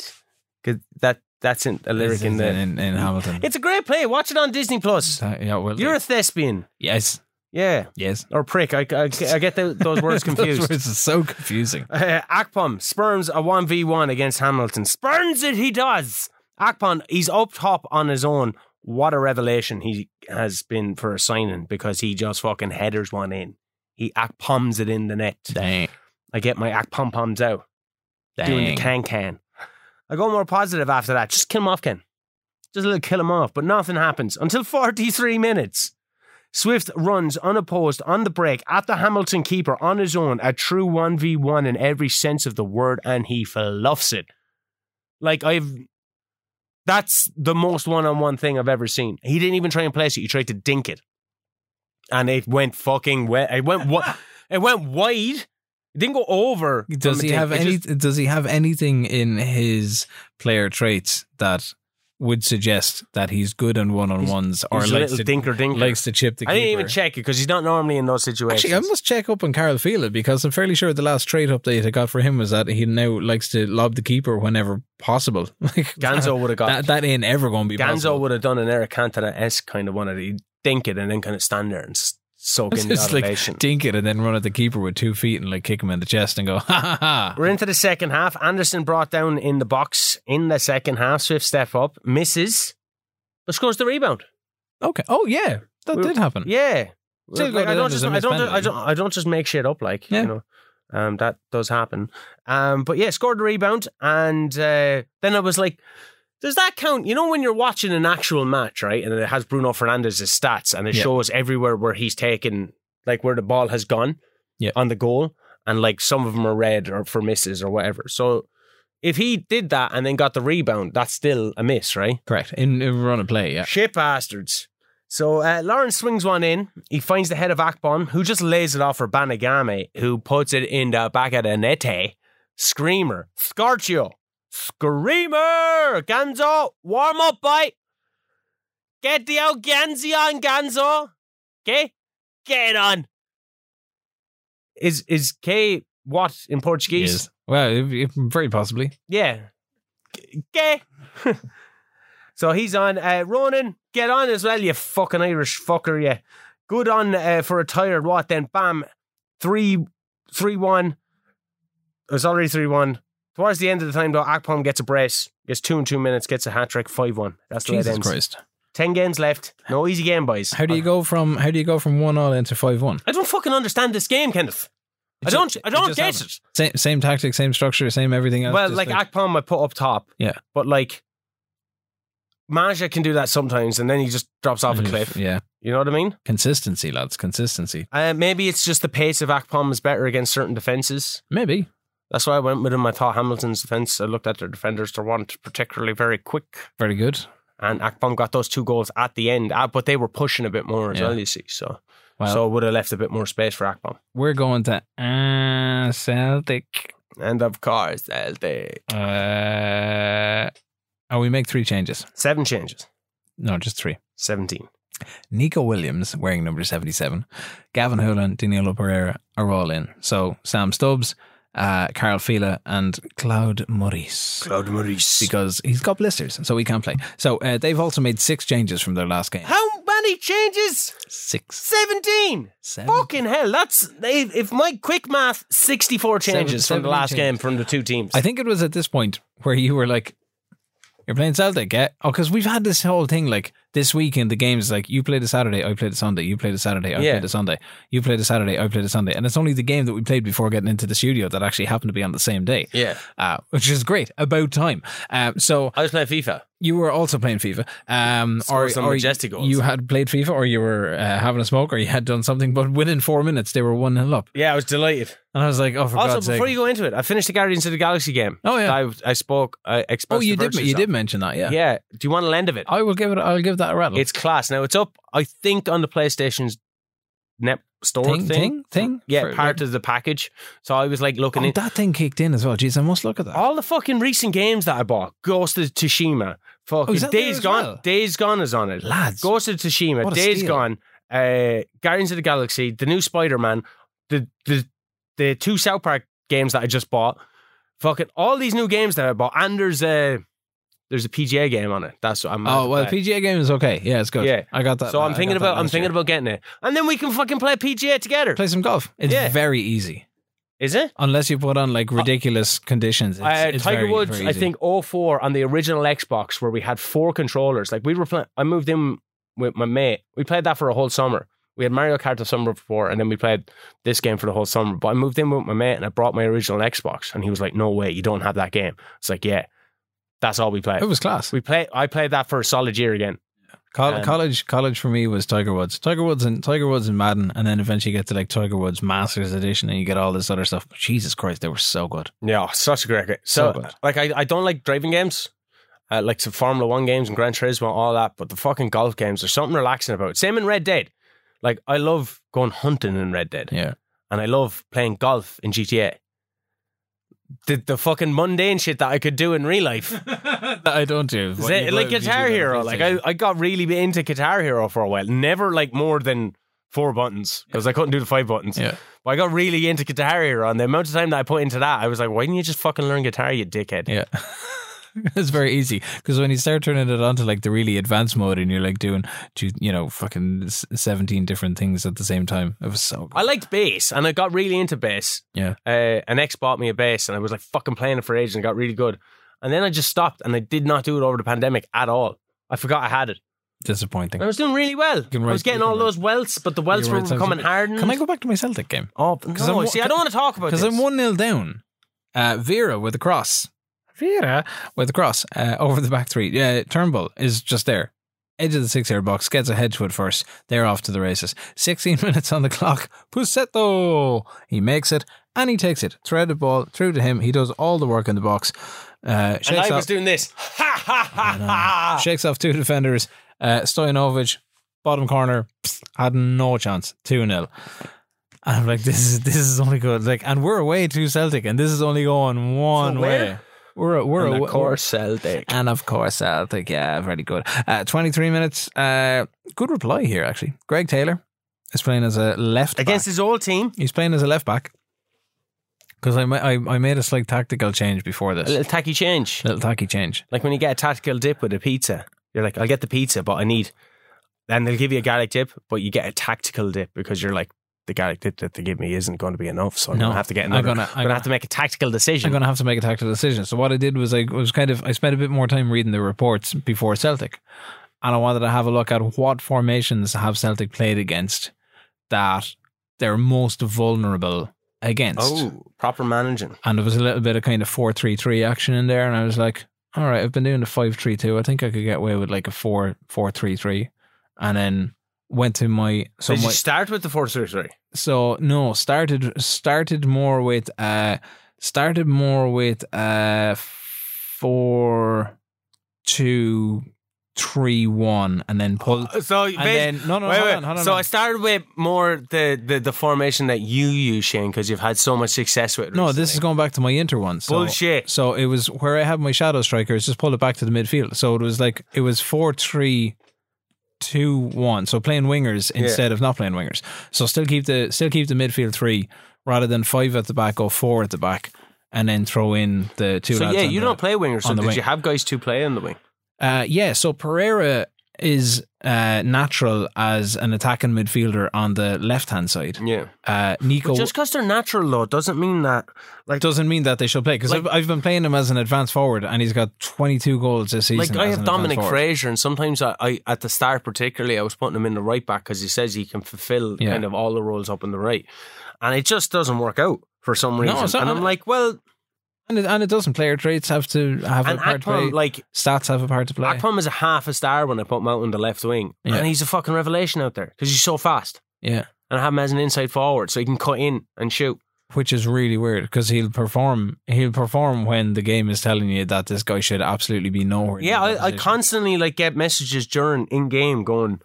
'Cause That that's in, a lyric in
in,
there.
in, in Hamilton.
It's a great play. Watch it on Disney Plus.
Uh, yeah, well,
You're a thespian.
yes,
Yeah.
yes.
Or prick. I, I, I get tho- those words confused.
Those words are so confusing.
Uh, Akpom spurns a 1v1 against Hamilton. Spurns it, he does. Akpom, he's up top on his own. What a revelation he has been for a signing because he just fucking headers one in. He Akpoms it in the net.
Dang,
I get my Akpom poms out,
dang.
doing the can can. I go more positive after that. Just kill him off, Ken. Just a little kill him off, but nothing happens until 43 minutes. Swift runs unopposed on the break at the Hamilton keeper on his own, a true 1v1 in every sense of the word, and he fluffs it. Like, I've. That's the most one on one thing I've ever seen. He didn't even try and place it, he tried to dink it. And it went fucking wet. It went, wi- it went wide. It didn't go over.
Does
from
he
the
have
dink. It
any?
just-
does he have anything in his player traits that would suggest that he's good on one on ones or
he's a
likes
little
to,
dinker dinker.
likes to chip the
I didn't
keeper?
even check it because he's not normally in those situations.
Actually, I must check up on Carl Fila because I'm fairly sure the last trade update I got for him was that he now likes to lob the keeper whenever possible. Like
Ganzo would have got
that, that ain't ever going to be
Ganzo
possible.
would have done an Eric Cantona esque kind of one of the he'd dink it and then kind of stand there and s- soak in the
Just
elevation.
like dink it and then run at the keeper with two feet and like kick him in the chest and go ha ha ha.
We're into the second half. Anderson brought down in the box in the second half. Swift step up, misses, but scores the rebound.
Okay. Oh yeah, that
We-
did happen.
Yeah.
Still
Like,
got it
I,
in
don't just,
as a
I, don't,
missed
I, don't, I don't just make shit up, like,
Yeah.
you know. Um, that does happen. Um, but yeah, scored the rebound. And uh, then I was like, does that count? You know, when you're watching an actual match, right? And it has Bruno Fernandez's stats and it
Yeah.
shows everywhere where he's taken, like where the ball has gone
Yeah.
on the goal. And like some of them are red or for misses or whatever. So if he did that and then got the rebound, that's still a miss, right?
Correct. In, in run of play, yeah.
Shit bastards. So uh, Lawrence swings one in. He finds the head of Akbon, who just lays it off for Banagame, who puts it in the back of the nete. Screamer. Scorchio. Screamer! Ganzo, warm up, boy. Get the old Ganzi on, Ganzo. Okay? Get it on. Is is K what in Portuguese?
Yes. Well, if- if- very possibly.
Yeah. Gay. so he's on. Uh, Ronan, get on as well, you fucking Irish fucker, yeah. Good on uh, for a tired what then? Bam. Three, three, one. It was already 3 1. Towards the end of the time, though, Akpom gets a brace, gets two in two minutes, gets a hat trick, 5 1. That's the way it
Jesus
ends.
Christ.
10 games left. No easy game, boys.
How do you go from how do you go from one all into five one?
I don't fucking understand this game, Kenneth. I
It ju-
don't, I
it
don't
just
get
happened.
it.
Same same tactic, same structure, same everything else.
Well,
just
like, Akpom, I put up top.
Yeah.
But like, Maja can do that sometimes, and then he just drops off a
Mm-hmm.
cliff.
Yeah,
You know what I mean?
consistency, lads, consistency.
Uh, maybe it's just the pace of Akpom is better against certain defenses.
Maybe
That's why I went with him. I thought Hamilton's defense. I looked at their defenders; they weren't particularly very quick.
very good.
And Akpom got those two goals at the end, uh, but they were pushing a bit more as
Yeah.
well. You see, so
Well,
so it would have left a bit more space for Akpom.
we're going to uh, Celtic.
And of course, uh, they
Uh, oh, we make three changes.
seven changes,
No, just three.
seventeen.
Nico Williams wearing number 77, Gavin Hoolan, Danilo Pereira are all in. So Sam Stubbs, uh, Carl Fila, and Claude Maurice.
Claude Maurice.
Because he's got blisters, so he can't play. So uh, they've also made six changes from their last game.
How many changes?
Six,
Seventeen.
seven.
Fucking hell, that's if, if my quick math, sixty-four changes
Seven-
from the last
17
game from the two teams.
I think it was at this point where you were like, "You're playing Celtic, yeah?" Oh, because we've had this whole thing like this week in the games, like you played a Saturday, I played a Sunday, you played a Saturday, I
Yeah.
played a Sunday, you played a Saturday, I played a Sunday, and it's only the game that we played before getting into the studio that actually happened to be on the same day,
yeah,
uh, which is great. About time. Um, so
I was playing FIFA.
you were also playing FIFA, um,
Scored some majestic goals.
you had played FIFA, or you were uh, having a smoke, or you had done something, but within four minutes they were one 0 up,
Yeah, I was delighted.
and I was like, "Oh, for
also,
God's sake!"
before you go into it, I finished the Guardians of the Galaxy game.
oh yeah,
I, I spoke. I expressed.
oh you
the
did,
virtues
you
of-
did mention that, yeah. Oh,
Yeah. Do you want an end of it?
I will give it. I'll give that a rattle.
It's class. Now it's up. I think on the PlayStation's net store
thing,
thing.
thing, thing.
Yeah,
For-
part of the package. So I was like looking
Oh,
in. Oh,
that thing kicked in as well. Jeez, I must look at that.
all the fucking recent games that I bought. Ghost of Tsushima.
Oh,
Fucking
is that there
Days
as
Gone.
well?
Days Gone is on it.
Lads,
Ghost of Tsushima,
What a
Days
steal.
Gone, uh, Guardians of the Galaxy, the new Spider Man, the the the two South Park games that I just bought, fucking all these new games that I bought, and there's a there's a PGA game on it. That's what I'm. mad
oh well,
about.
PGA game is okay. Yeah, it's good.
Yeah.
I got that.
so I'm
I
thinking
got that
about I'm
last
thinking
year.
about getting it, and then we can fucking play PGA together.
play some golf. It's
Yeah.
very easy
Is it?
unless you put on like ridiculous conditions. It's,
uh,
it's
Tiger
very,
Woods,
very
I
easy.
think 04 on the original Xbox where we had four controllers. Like we were playing, I moved in with my mate. We played that for a whole summer. We had Mario Kart the summer before, and then we played this game for the whole summer. But I moved in with my mate, and I brought my original Xbox, and he was like, "No way, you don't have that game." It's like, "Yeah, that's all we play."
it was class.
We play. I played that for a solid year again.
Col-
um,
college, college for me was Tiger Woods, Tiger Woods, and Tiger Woods and Madden, and then eventually you get to like Tiger Woods Masters Edition, and you get all this other stuff. But Jesus Christ, they were so good.
Yeah, such a great game.
So
So,
good.
like, I, I don't like driving games, uh, like some Formula One games and Gran Turismo, all that. But the fucking golf games, there's something relaxing about it. Same in Red Dead. Like, I love going hunting in Red Dead,
Yeah,
and I love playing golf in GTA. The the fucking mundane shit that I could do in real life,
I don't do
Is it- like Guitar Hero. Like, I I got really into Guitar Hero for a while. Never like more than four buttons because I couldn't do the five buttons.
yeah.
But I got really into Guitar Hero, and the amount of time that I put into that, I was like, why didn't you just fucking learn guitar, you dickhead?
Yeah. it's very easy because when you start turning it on to like the really advanced mode and you're like doing, two, you know, fucking s- 17 different things at the same time, it was so good.
I liked bass, and I got really into bass.
Yeah.
Uh, an ex bought me a bass, and I was like fucking playing it for ages, and got really good. And then I just stopped, and I did not do it over the pandemic at all. I forgot I had it.
Disappointing.
I was doing really well. I
can write-
was getting
you can
all
write-
those welts, but the welts
you
were
write something-
becoming hardened.
Can I go back to my Celtic game?
Oh
I'm
no!
wa-
see, I don't want to talk about
Because
this.
I'm 1 0 down. Uh, Vera with a cross. Vera with a cross uh, over the back three. Yeah, Turnbull is just there. Edge of the six yard box, gets a head to it first. They're off to the races. 16 minutes on the clock. Pusetto! He makes it and he takes it. Threaded ball through to him. He does all the work in the box. Uh,
and
shakes,
I was
off,
doing this. Ha ha
uh,
ha ha!
shakes off two defenders. Uh, Stojanovic, bottom corner, psst, had no chance. 2 0. And I'm like, this is this is only good. Like, and we're away to Celtic, and this is only going one
So where?
way. We're we're
And
away-
of course, Celtic.
and of course Celtic. Yeah, very good. Uh, Twenty three minutes. Uh, good reply here, actually. Greg Taylor is playing as a left
Against
back.
his old team.
He's playing as a left back because I, ma- I I made a slight tactical change before
A
this.
little tacky change.
Little tacky change.
Like when you get a tactical dip with a pizza, you're like, I'll get the pizza, but I need. Then they'll give you a garlic dip, but you get a tactical dip because you're like, the garlic dip that they give me isn't going to be enough. So I'm
No.
going to have to get
I'm
another.
gonna-
I'm going to have to make a tactical
I'm
decision.
going to have to make a tactical decision. So what I did was I was kind of I spent a bit more time reading the reports before Celtic, and I wanted to have a look at what formations have Celtic played against that they're most vulnerable against.
oh, proper managing.
And there was a little bit of kind of four three three action in there, and I was like, all right, I've been doing the five three two. I think I could get away with like a four four three three, and then went to my so
So Did
my
you start with the 4 3 3?
so no started started more with uh started more with uh four two three one and then pulled
Uh, So,
and then no no
wait,
hold
wait.
on hold on
so
hold on.
I started with more the, the, the formation that you use, Shane, because you've had so much success with. it
no this
recently.
is going back to my inter one so,
bullshit.
so it was where I had my shadow strikers just pulled it back to the midfield so it was like it was four three two one so playing wingers
Yeah.
instead of not playing wingers so still keep the still keep the midfield three rather than five at the back go four at the back and then throw in the two
So
lads
yeah,
on
you
the-
don't play wingers. So
on
did
the wing.
you have guys to play on the wing?
Uh, yeah, so Pereira is uh, natural as an attacking midfielder on the left hand side.
Yeah.
Uh, Nico
Just because they're natural, though, doesn't mean that. Like,
doesn't mean that they should play because
Like-
I've, I've been playing him as an advanced forward and he's got 22 goals this season.
like I
as
have
an
Dominic
advanced forward.
Fraser, and sometimes I, I, at the start particularly, I was putting him in the right back because he says he can fulfill
Yeah.
kind of all the roles up in the right, and it just doesn't work out for some reason.
it's not-
and I'm like, well,
And it, and it doesn't. Player traits have to have
and
a part to play.
Akpom, like
Stats have a part to play.
Akpom is a half a star when I put him out on the left wing,
Yeah.
and he's a fucking revelation out there because he's so fast,
yeah.
and I have him as an inside forward, so he can cut in and shoot.
Which is really weird because he'll perform. He'll perform when the game is telling you that this guy should absolutely be nowhere. near
Yeah,
that
I, I
position.
constantly like get messages during in game going,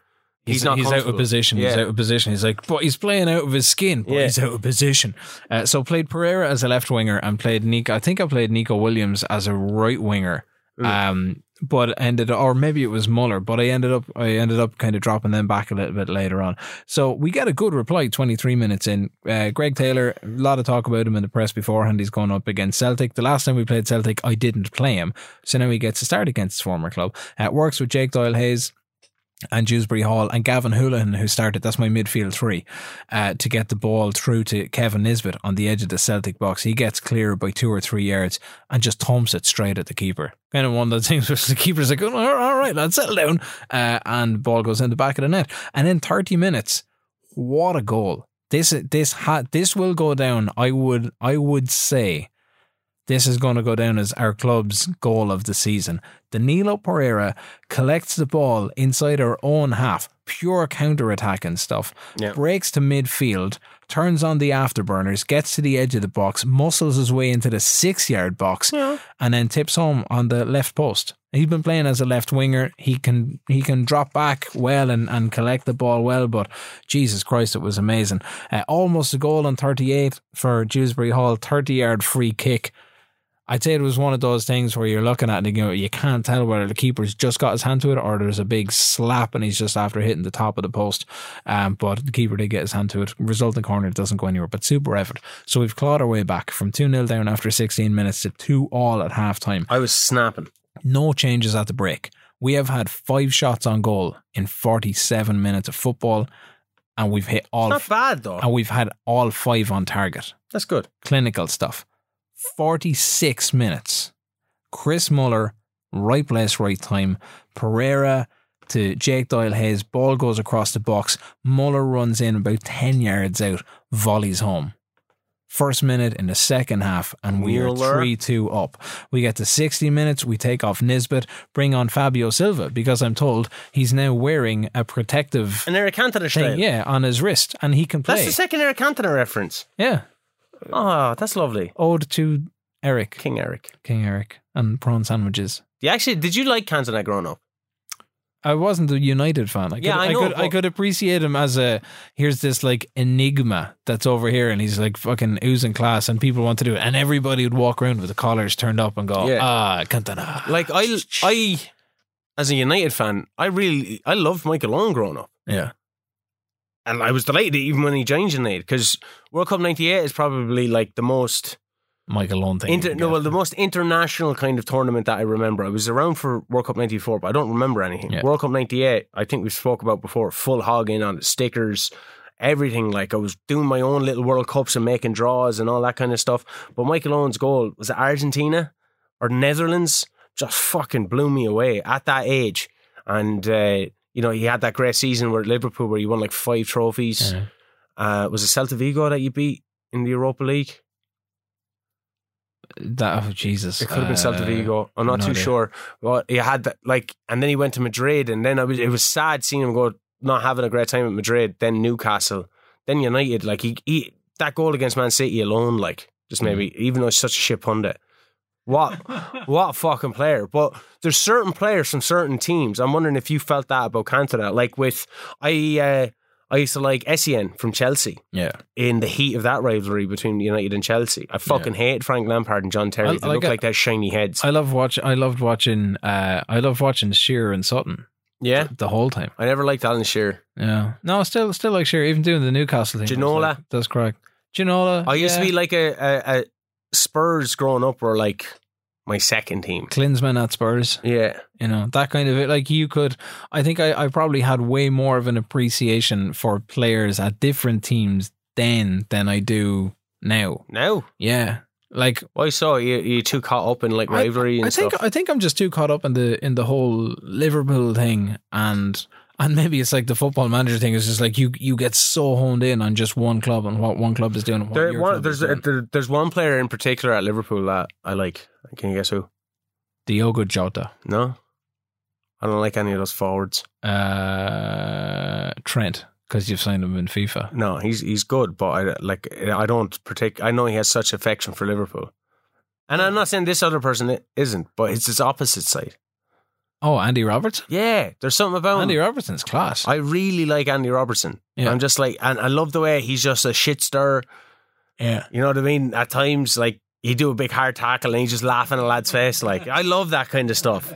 he's, not
he's out of
comfortable.
position. He's
Yeah.
out of position. He's like, but he's playing out of his skin. But
Yeah.
he's out of position. Uh, so played Pereira as a left winger and played Nico. I think I played Nico Williams as a right winger.
Mm.
Um, but ended or maybe it was Muller. But I ended up I ended up kind of dropping them back a little bit later on. So we get a good reply 23 minutes in. Uh, Greg Taylor, a lot of talk about him in the press beforehand. He's gone up against Celtic. The last time we played Celtic, I didn't play him. So now he gets to start against his former club. Uh, works with Jake Doyle Hayes and Dewsbury Hall and Gavin Houlihan, who started, that's my midfield three, uh, to get the ball through to Kevin Nisbet on the edge of the Celtic box. He gets clear by two or three yards and just thumps it straight at the keeper. Kind of one of the things where the keeper's like, oh, all right, lad, settle down. Uh, and ball goes in the back of the net. And in 30 minutes, what a goal. This this ha- this will go down. I would I would say this is going to go down as our club's goal of the season. Danilo Pereira collects the ball inside our own half, pure counter attacking stuff,
Yeah.
breaks to midfield, turns on the afterburners, gets to the edge of the box, muscles his way into the six yard box, and then tips home on the left post. He's been playing as a left winger. He can he can drop back well and, and collect the ball well, but Jesus Christ, it was amazing. Uh, almost a goal on 38 for Dewsbury Hall, 30 yard free kick. I'd say it was one of those things where you're looking at it and you, go, you can't tell whether the keeper's just got his hand to it or there's a big slap and he's just after hitting the top of the post. Um, but the keeper did get his hand to it. Resulting corner doesn't go anywhere, but super effort. So we've clawed our way back from 2 0 down after 16 minutes to 2 all at half time.
I was snapping.
No changes at the break. We have had five shots on goal in 47 minutes of football and we've hit all
Not bad though.
and we've had all five on target
That's good.
clinical stuff. 46 minutes. Chris Muller, right place, right time. Pereira to Jake Doyle Hayes. Ball goes across the box. Muller runs in about 10 yards out, volleys home. First minute in the second half, and we
Mueller.
are 3 2 up. We get to 60 minutes. We take off Nisbet, bring on Fabio Silva, because I'm told he's now wearing a protective
An Eric Cantona style.
thing, yeah, on his wrist, and he can play.
That's the second Eric Cantona reference.
yeah.
Oh, that's lovely.
Ode to Eric.
King Eric.
King Eric and prawn sandwiches.
Yeah, actually, did you like Cantona growing up?
I wasn't a United fan. I could,
Yeah, I know,
could, I
but-
could appreciate him as a here's this like enigma that's over here, and he's like fucking oozing class, and people want to do it, and everybody would walk around with the collars turned up and go,
Yeah.
ah, Cantona.
Like, I, I, as a United fan, I really, I loved Michael Owen growing up.
yeah,
and I was delighted even when he joined Sinead because World Cup '98 is probably like the most
Michael Lone thing. you
inter-
can
no,
get.
well, the most international kind of tournament that I remember. I was around for World Cup '94, but I don't remember anything.
Yeah.
World Cup '98, I think we spoke about before. Full hog in on it, stickers, everything. Like I was doing my own little World Cups and making draws and all that kind of stuff. But Michael Owen's goal was it Argentina or Netherlands? Just fucking blew me away at that age. And uh, you know, he had that great season where at Liverpool where he won like five trophies.
Yeah.
Uh, was it Celta Vigo that you beat in the Europa League?
That oh, Jesus,
It could have been Celta
Uh,
Vigo. I'm not
no
too
idea.
sure. Well, he had that like, and then he went to Madrid, and then I was. It was sad seeing him go not having a great time at Madrid. Then Newcastle, then United. Like he, he that goal against Man City alone, like just maybe
Mm.
even though he's such a shit pundit. What, what a fucking player! But there's certain players from certain teams. I'm wondering if you felt that about Cantona. Like with, I, uh, I used to like Essien from Chelsea
Yeah,
in the heat of that rivalry between United and Chelsea. I fucking hate Frank Lampard and John Terry.
I-
they
like
look
it.
like uh, they're shiny heads.
I love watch. I loved watching. Uh, I loved watching Shearer and Sutton
yeah.
the whole time.
I never liked Alan Shearer.
Yeah, no, still, still like Shearer. Even doing the Newcastle thing. I was
Ginola.
like, that's correct. Ginola.
I used
yeah.
to be like a, a, a Spurs growing up were like my second team.
Klinsman at Spurs.
Yeah.
You know that kind of it. Like you could, I think I, I probably had way more of an appreciation for players at different teams then than I do now.
No.
Yeah, like
Why so? You you too caught up in like
I-
rivalry and
I think
stuff.
I think I'm just too caught up in the in the whole Liverpool thing and and maybe it's like the football manager thing is just like you you get so honed in on just one club and what one club is doing and what
there,
your
one,
club
there's
is
a,
doing.
there, there's one player in particular at Liverpool that I like. Can you guess who?
Diogo Jota,
No. I don't like any of those forwards.
uh, Trent, because you've signed him in FIFA.
No, he's he's good, but I like I don't partic- I know he has such affection for Liverpool, and I'm not saying this other person i- isn't, but it's his opposite side.
Oh, Andy Robertson.
Yeah, there's something about
Andy
him.
Robertson's class.
Um, I really like Andy Robertson.
Yeah.
I'm just like, and I love the way he's just a shit stir.
yeah,
You know what I mean? At times, like he do a big hard tackle and he's just laughing at a lad's face. Like I love that kind of stuff.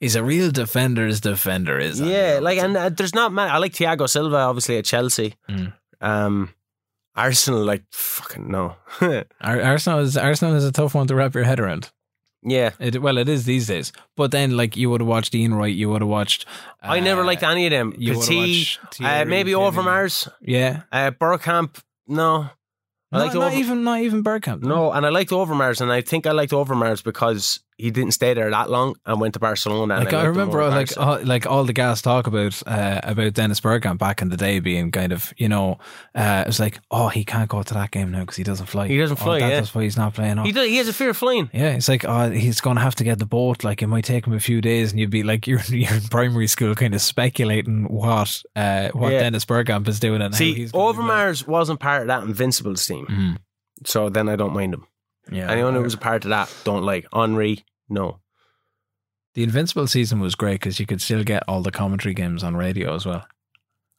he's a real defender's defender. Is Andy
Yeah, like
Robertson.
and uh, there's not man. I like Thiago Silva obviously at Chelsea.
Mm.
Um, Arsenal, like fucking no.
Ar- Arsenal is Arsenal is a tough one to wrap your head around.
yeah.
It, well, it is these days. But then, like, you would have watched Ian Wright, you would have watched.
I never
uh,
liked any of them.
you would've
Petit,
watched
uh,
Thierry,
maybe
Kenny.
Overmars,
Yeah.
uh, Burkamp. No, I
Not,
liked
not
Over-
even not even Bergkamp.
no, and I liked Overmars, and I think I liked Overmars because he didn't stay there that long and went to Barcelona. and
Like I
liked him
remember,
over
like
Barca.
all, like all the guys talk about uh, about Dennis Bergkamp back in the day being kind of you know uh, it was like oh he can't go to that game now because he doesn't fly
He doesn't
Oh,
fly,
that-
yeah.
that's why he's not playing. Oh,
he does, he has a fear of flying.
yeah, it's like oh he's gonna have to get the boat. Like it might take him a few days, and you'd be like you're, you're in primary school, kind of speculating what uh, what
Yeah.
Dennis Bergkamp is doing and how
See,
he's gonna be playing.
Overmars wasn't part of that Invincibles team,
Mm.
so then I don't mind him.
Yeah,
Anyone who was a part of that, don't like Henri. No,
The Invincible season was great because you could still get all the commentary games on radio as well.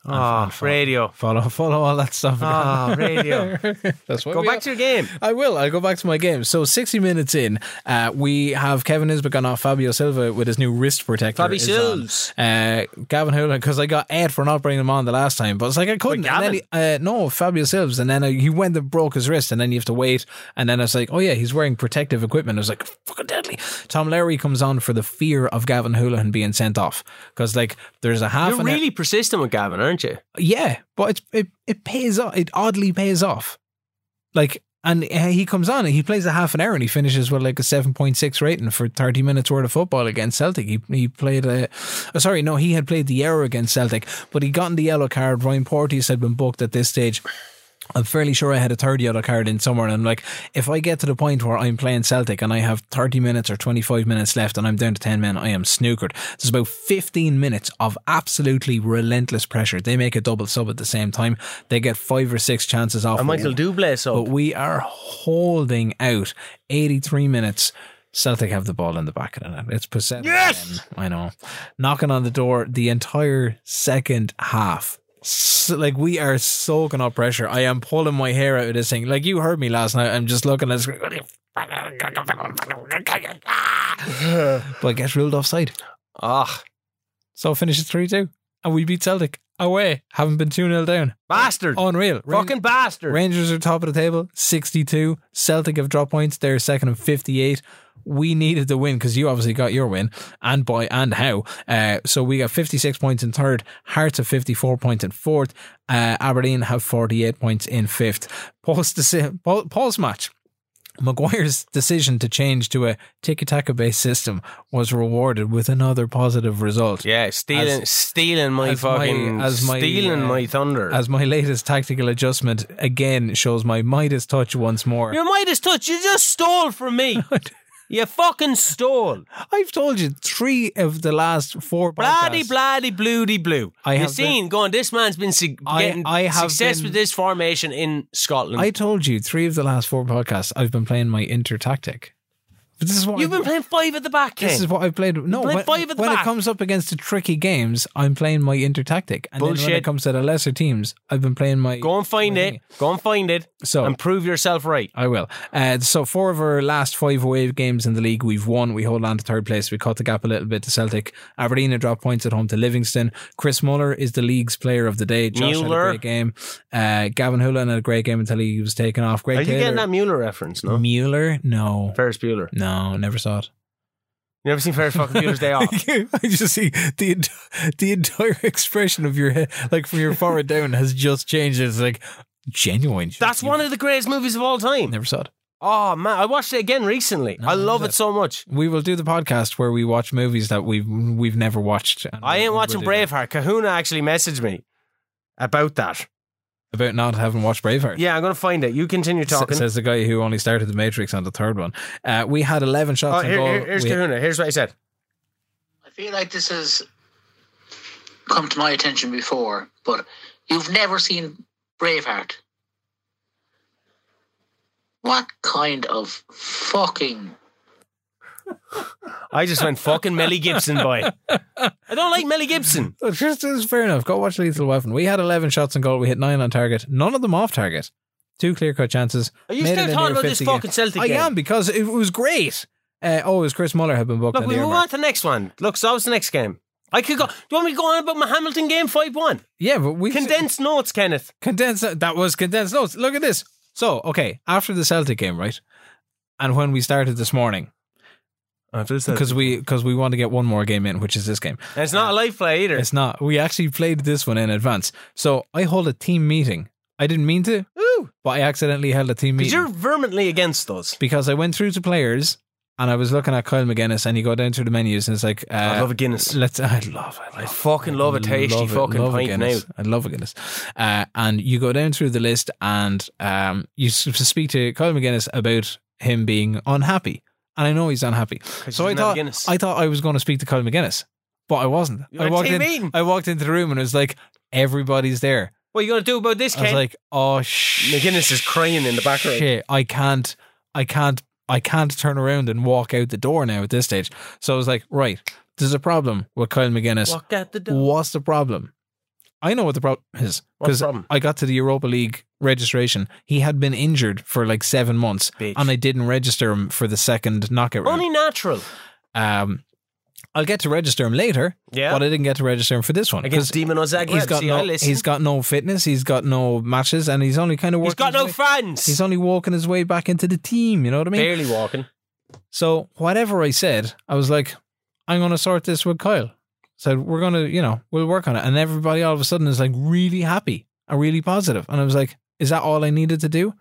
ah,
fun.
radio.
Follow, follow all that stuff. again.
Ah, radio.
That's what
Go
we
back
are.
to your game.
I will. I'll go back to my game. So, 60 minutes in, uh, we have Kevin Isbek on off Fabio Silva with his new wrist protector.
Fabi
is on.
Sills.
Uh, Gavin Hoolan, because I got Ed for not bringing him on the last time, but it's like I couldn't. And then
Gavin?
he, uh, no, Fabio Silves, and then uh, he went and broke his wrist, and then you have to wait. And then I was like, oh yeah, he's wearing protective equipment. I was like, fucking deadly. Tom Larry comes on for the fear of Gavin Hoolan being sent off because like there's a half
You're
an hour-
really persistent with Gavin, aren't you?
yeah, but it, it it pays off. It oddly pays off. Like, and uh, he comes on and he plays a half an hour and he finishes with like a seven point six rating for thirty minutes worth of football against Celtic. He he played a, oh, sorry, no, he had played the error against Celtic, but he got in the yellow card. Ryan Porteous had been booked at this stage. I'm fairly sure I had a third yellow card in somewhere, and I'm like, if I get to the point where I'm playing Celtic and I have 30 minutes or 25 minutes left and I'm down to 10 men, I am snookered. There's about 15 minutes of absolutely relentless pressure. They make a double sub at the same time. They get five or six chances off.
And Michael Dublé, so
But we are holding out 83 minutes. Celtic have the ball in the back of the net. It's possession.
Yes!
I know. Knocking on the door the entire second half. So, like we are soaking up pressure. I am pulling my hair out of this thing. Like you heard me last night. I'm just looking at. this- But I get ruled offside.
ah,
So it finishes three two. and we beat Celtic away, having been 2 0 down.
Bastard.
Unreal. Ran-
Fucking bastard.
Rangers are top of the table, 62. Celtic have drop points. They're second and 58. We needed the win because you obviously got your win and by and how. Uh, so we got 56 points in third. Hearts have 54 points in fourth. Uh, Aberdeen have 48 points in fifth. Paul's, deci- Paul, Paul's match. Maguire's decision to change to a tiki-taka based system was rewarded with another positive result.
Yeah, stealing, stealing my
as my-
fucking,
as my,
stealing
uh,
my thunder.
As my latest tactical adjustment again shows my Midas touch once more.
Your Midas touch, you just stole from me. you fucking stole.
I've told you three of the last four
Bloody,
podcasts.
bloody, bloody, blue.
I
You've
have
seen going, this man's been sig-
I-
getting
I have
success
been-
with this formation in Scotland.
I told you three of the last four podcasts. I've been playing my inter tactic. But this is what
You've
I,
been playing five at the back
this is
end.
what I've played. No,
played
when,
five at the
when it
back.
comes up against the tricky games, I'm playing my inter tactic. And then when it
Bullshit.
comes to the lesser teams, I've been playing my.
Go and find it. Go and find it.
So-
and prove yourself right.
I will. Uh, so four of our last five away games in the league, we've won. We hold on to third place. We cut the gap a little bit to Celtic. Aberdeen have dropped points at home to Livingston. Chris Muller is the league's player of the day. Josh
Mueller.
had a great game. Uh, Gavin Hulan had a great game until he was taken off. Great
Are you getting
Taylor.
that Mueller reference? No,
Mueller? No.
Ferris Bueller.
No, never saw it.
You never seen Ferris fucking Bueller's Day Off?
I just see the ent- the entire expression of your head, like from your forehead down, has just changed. It's like genuine.
That's one of the greatest movies of all time.
Never saw it.
Oh man, I watched it again recently. I love it so much.
We will do the podcast where we watch movies that we've we've never watched. and
I
we-
ain't
we
watching
will do
Braveheart. Kahuna actually messaged me about that.
that. about not having watched Braveheart.
Yeah, I'm gonna find it. You continue
S-
talking.
Says the guy who only started the Matrix on the third one. Uh, we had eleven
oh,
shots. on
here,
goal.
here- here's
We-
Kahuna. Here's what he said.
I feel like this has come to my attention before, but you've never seen Braveheart. What kind of fucking
I just went fucking Melly Gibson boy. I don't like Melly Gibson.
Look, Just it's fair enough. Go watch Lethal Weapon. We had 11 shots on goal. We hit nine on target. None of them off target. Two clear cut chances.
Are you
Made it
still
a
talking
near
about this
50 game.
fucking Celtic
I
game?
am because it was great. Uh, oh, it was Chris Muller had been booked.
Look,
on
we
the
move
hour mark.
on to the next one. Look, so that was the next game. I could go. Do you want me to go on about my Hamilton game five one?
Yeah, but we
Condensed notes, Kenneth.
condensed. That was condensed notes. Look at this. So okay, after the Celtic game, right, and when we started this morning, Oh,
Uh,
because we because we want to get one more game in, which is this game.
And it's not a live play either.
It's not. We actually played this one in advance. So I hold a team meeting. I didn't mean to,
Ooh,
but I accidentally held a team
because
meeting.
you're vehemently against us.
because I went through to players and I was looking at Kyle McGuinness and you go down through the menus and it's like uh,
I love a Guinness.
Let's. I love. I
I
love.
fucking love a tasty
love it,
fucking
love a
pint now.
Guinness. I love a Guinness. Uh, and you go down through the list and um, you s- speak to Kyle McGuinness about him being unhappy. And I know he's unhappy. So
he
I
doesn't have
thought
Guinness.
I thought I was going to speak to Kyle McGuinness, but I wasn't.
You
I
went,
walked
"Team
in.
meeting."
I walked into the room and it was like everybody's there.
What are you going to do about this,
I was
Ken?
like, oh shit.
McGuinness is crying in the background.
Shit, I can't, I can't, I can't turn around and walk out the door now at this stage. So I was like, right, there's a problem with Kyle McGuinness.
Walk out the door.
What's the problem? I know what the problem is
What's
because
the problem?
I got to the Europa League registration. He had been injured for like seven months,
Bitch.
and I didn't register him for the second knockout round.
Only natural.
Um, I'll get to register him later,
Yeah.
but I didn't get to register him for this one
Against Demon Zagreb.
he's got
See, I
no,
listen.
he's got no fitness, he's got no matches, and he's only kind of
he's
working
got
his
no
way-
friends.
He's only walking his way back into the team. You know what I mean?
barely walking.
So whatever I said, I was like, I'm going to sort this with Kyle. Said we're going to, you know, we'll work on it. And everybody all of a sudden is like really happy and really positive. And I was like, is that all I needed to do?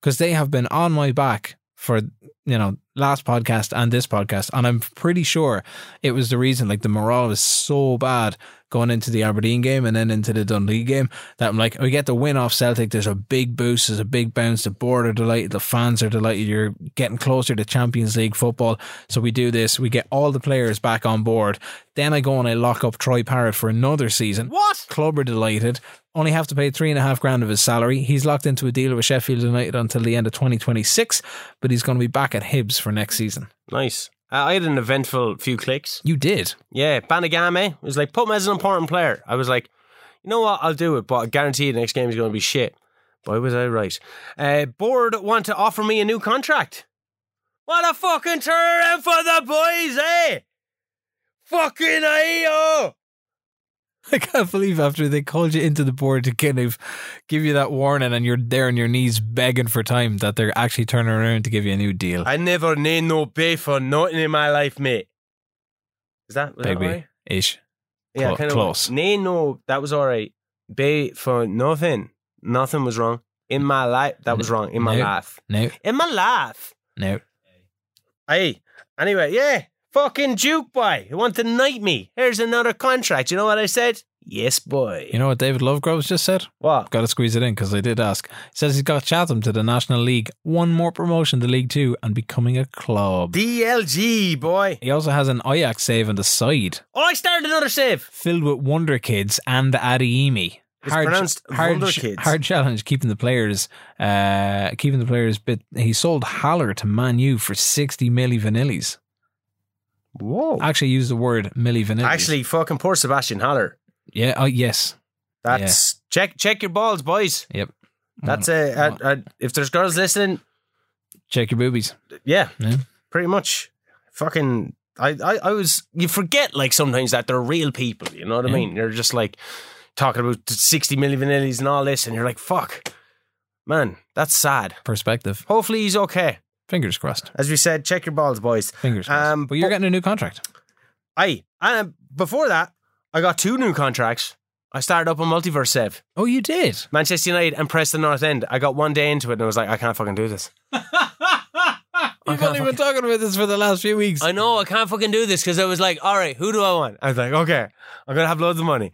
Because they have been on my back for you know last podcast and this podcast, and I'm pretty sure it was the reason. Like the morale was so bad going into the Aberdeen game and then into the Dundee game that I'm like, we get the win off Celtic. There's a big boost. There's a big bounce. The board are delighted. The fans are delighted. You're getting closer to Champions League football. So we do this. We get all the players back on board. Then I go and I lock up Troy Parrott for another season.
What?
Club are delighted. Only have to pay three and a half grand of his salary. He's locked into a deal with Sheffield United until the end of 2026, but he's going to be back at Hibs for next season.
Nice. Uh, I had an eventful few clicks.
You did.
Yeah, Banagame was like, put him as an important player. I was like, you know what? I'll do it, but I guarantee you the next game is going to be shit. Boy, was I right. Uh, board want to offer me a new contract. What a fucking turnaround for the boys, eh? Fucking IO!
I can't believe after they called you into the board to kind of give you that warning and you're there on your knees begging for time that they're actually turning around to give you a new deal.
I never need no pay for nothing in my life, mate. Is that, was that
Baby.
right?
Ish.
Yeah,
Cl-
kind of
close.
Nay, no, that was all right. Bay for nothing. Nothing was wrong in my life. That was wrong in my
No.
life.
No,
In my life.
no.
Hey, anyway, yeah. Fucking Duke boy, you want to knight me? Here's another contract. You know what I said? Yes, boy.
You know what David Lovegroves just said?
what?
Got to squeeze it in because I did ask. He says he's got Chatham to the National League, one more promotion to League Two, and becoming a club.
DLG boy.
He also has an Ajax save on the side,
Oh, I started another save.
filled with Wonder Kids and Adiemi.
It's pronounced Wonder Kids.
hard challenge keeping the players, uh, keeping the players. But he sold Haller to Man U for sixty milli vanillis.
Whoa.
Actually, use the word milli vanillis.
Actually, fucking poor Sebastian Haller.
yeah, oh yes,
That's check check your balls, boys.
yep.
That's
Mm.
a, a, a if there's girls listening,
check your boobies.
Yeah,
Yeah.
pretty much. Fucking, I, I, I was. You forget like sometimes that they're real people. You know what I
Yeah.
mean? You're just like talking about sixty milli vanillis and all this, and you're like, fuck, man, that's sad.
Perspective.
Hopefully he's okay.
Fingers crossed.
As we said, check your balls, boys.
Fingers crossed.
Um,
but you're
but-
getting a new contract.
Aye, and before that, I got two new contracts. I started up a multiverse save.
Oh, you did.
Manchester United and Preston North End. I got one day into it and I was like, I can't fucking do this.
We've only been talking about this for the last few weeks.
I know I can't fucking do this because I was like, all right, who do I want? I was like, okay, I'm gonna have loads of money.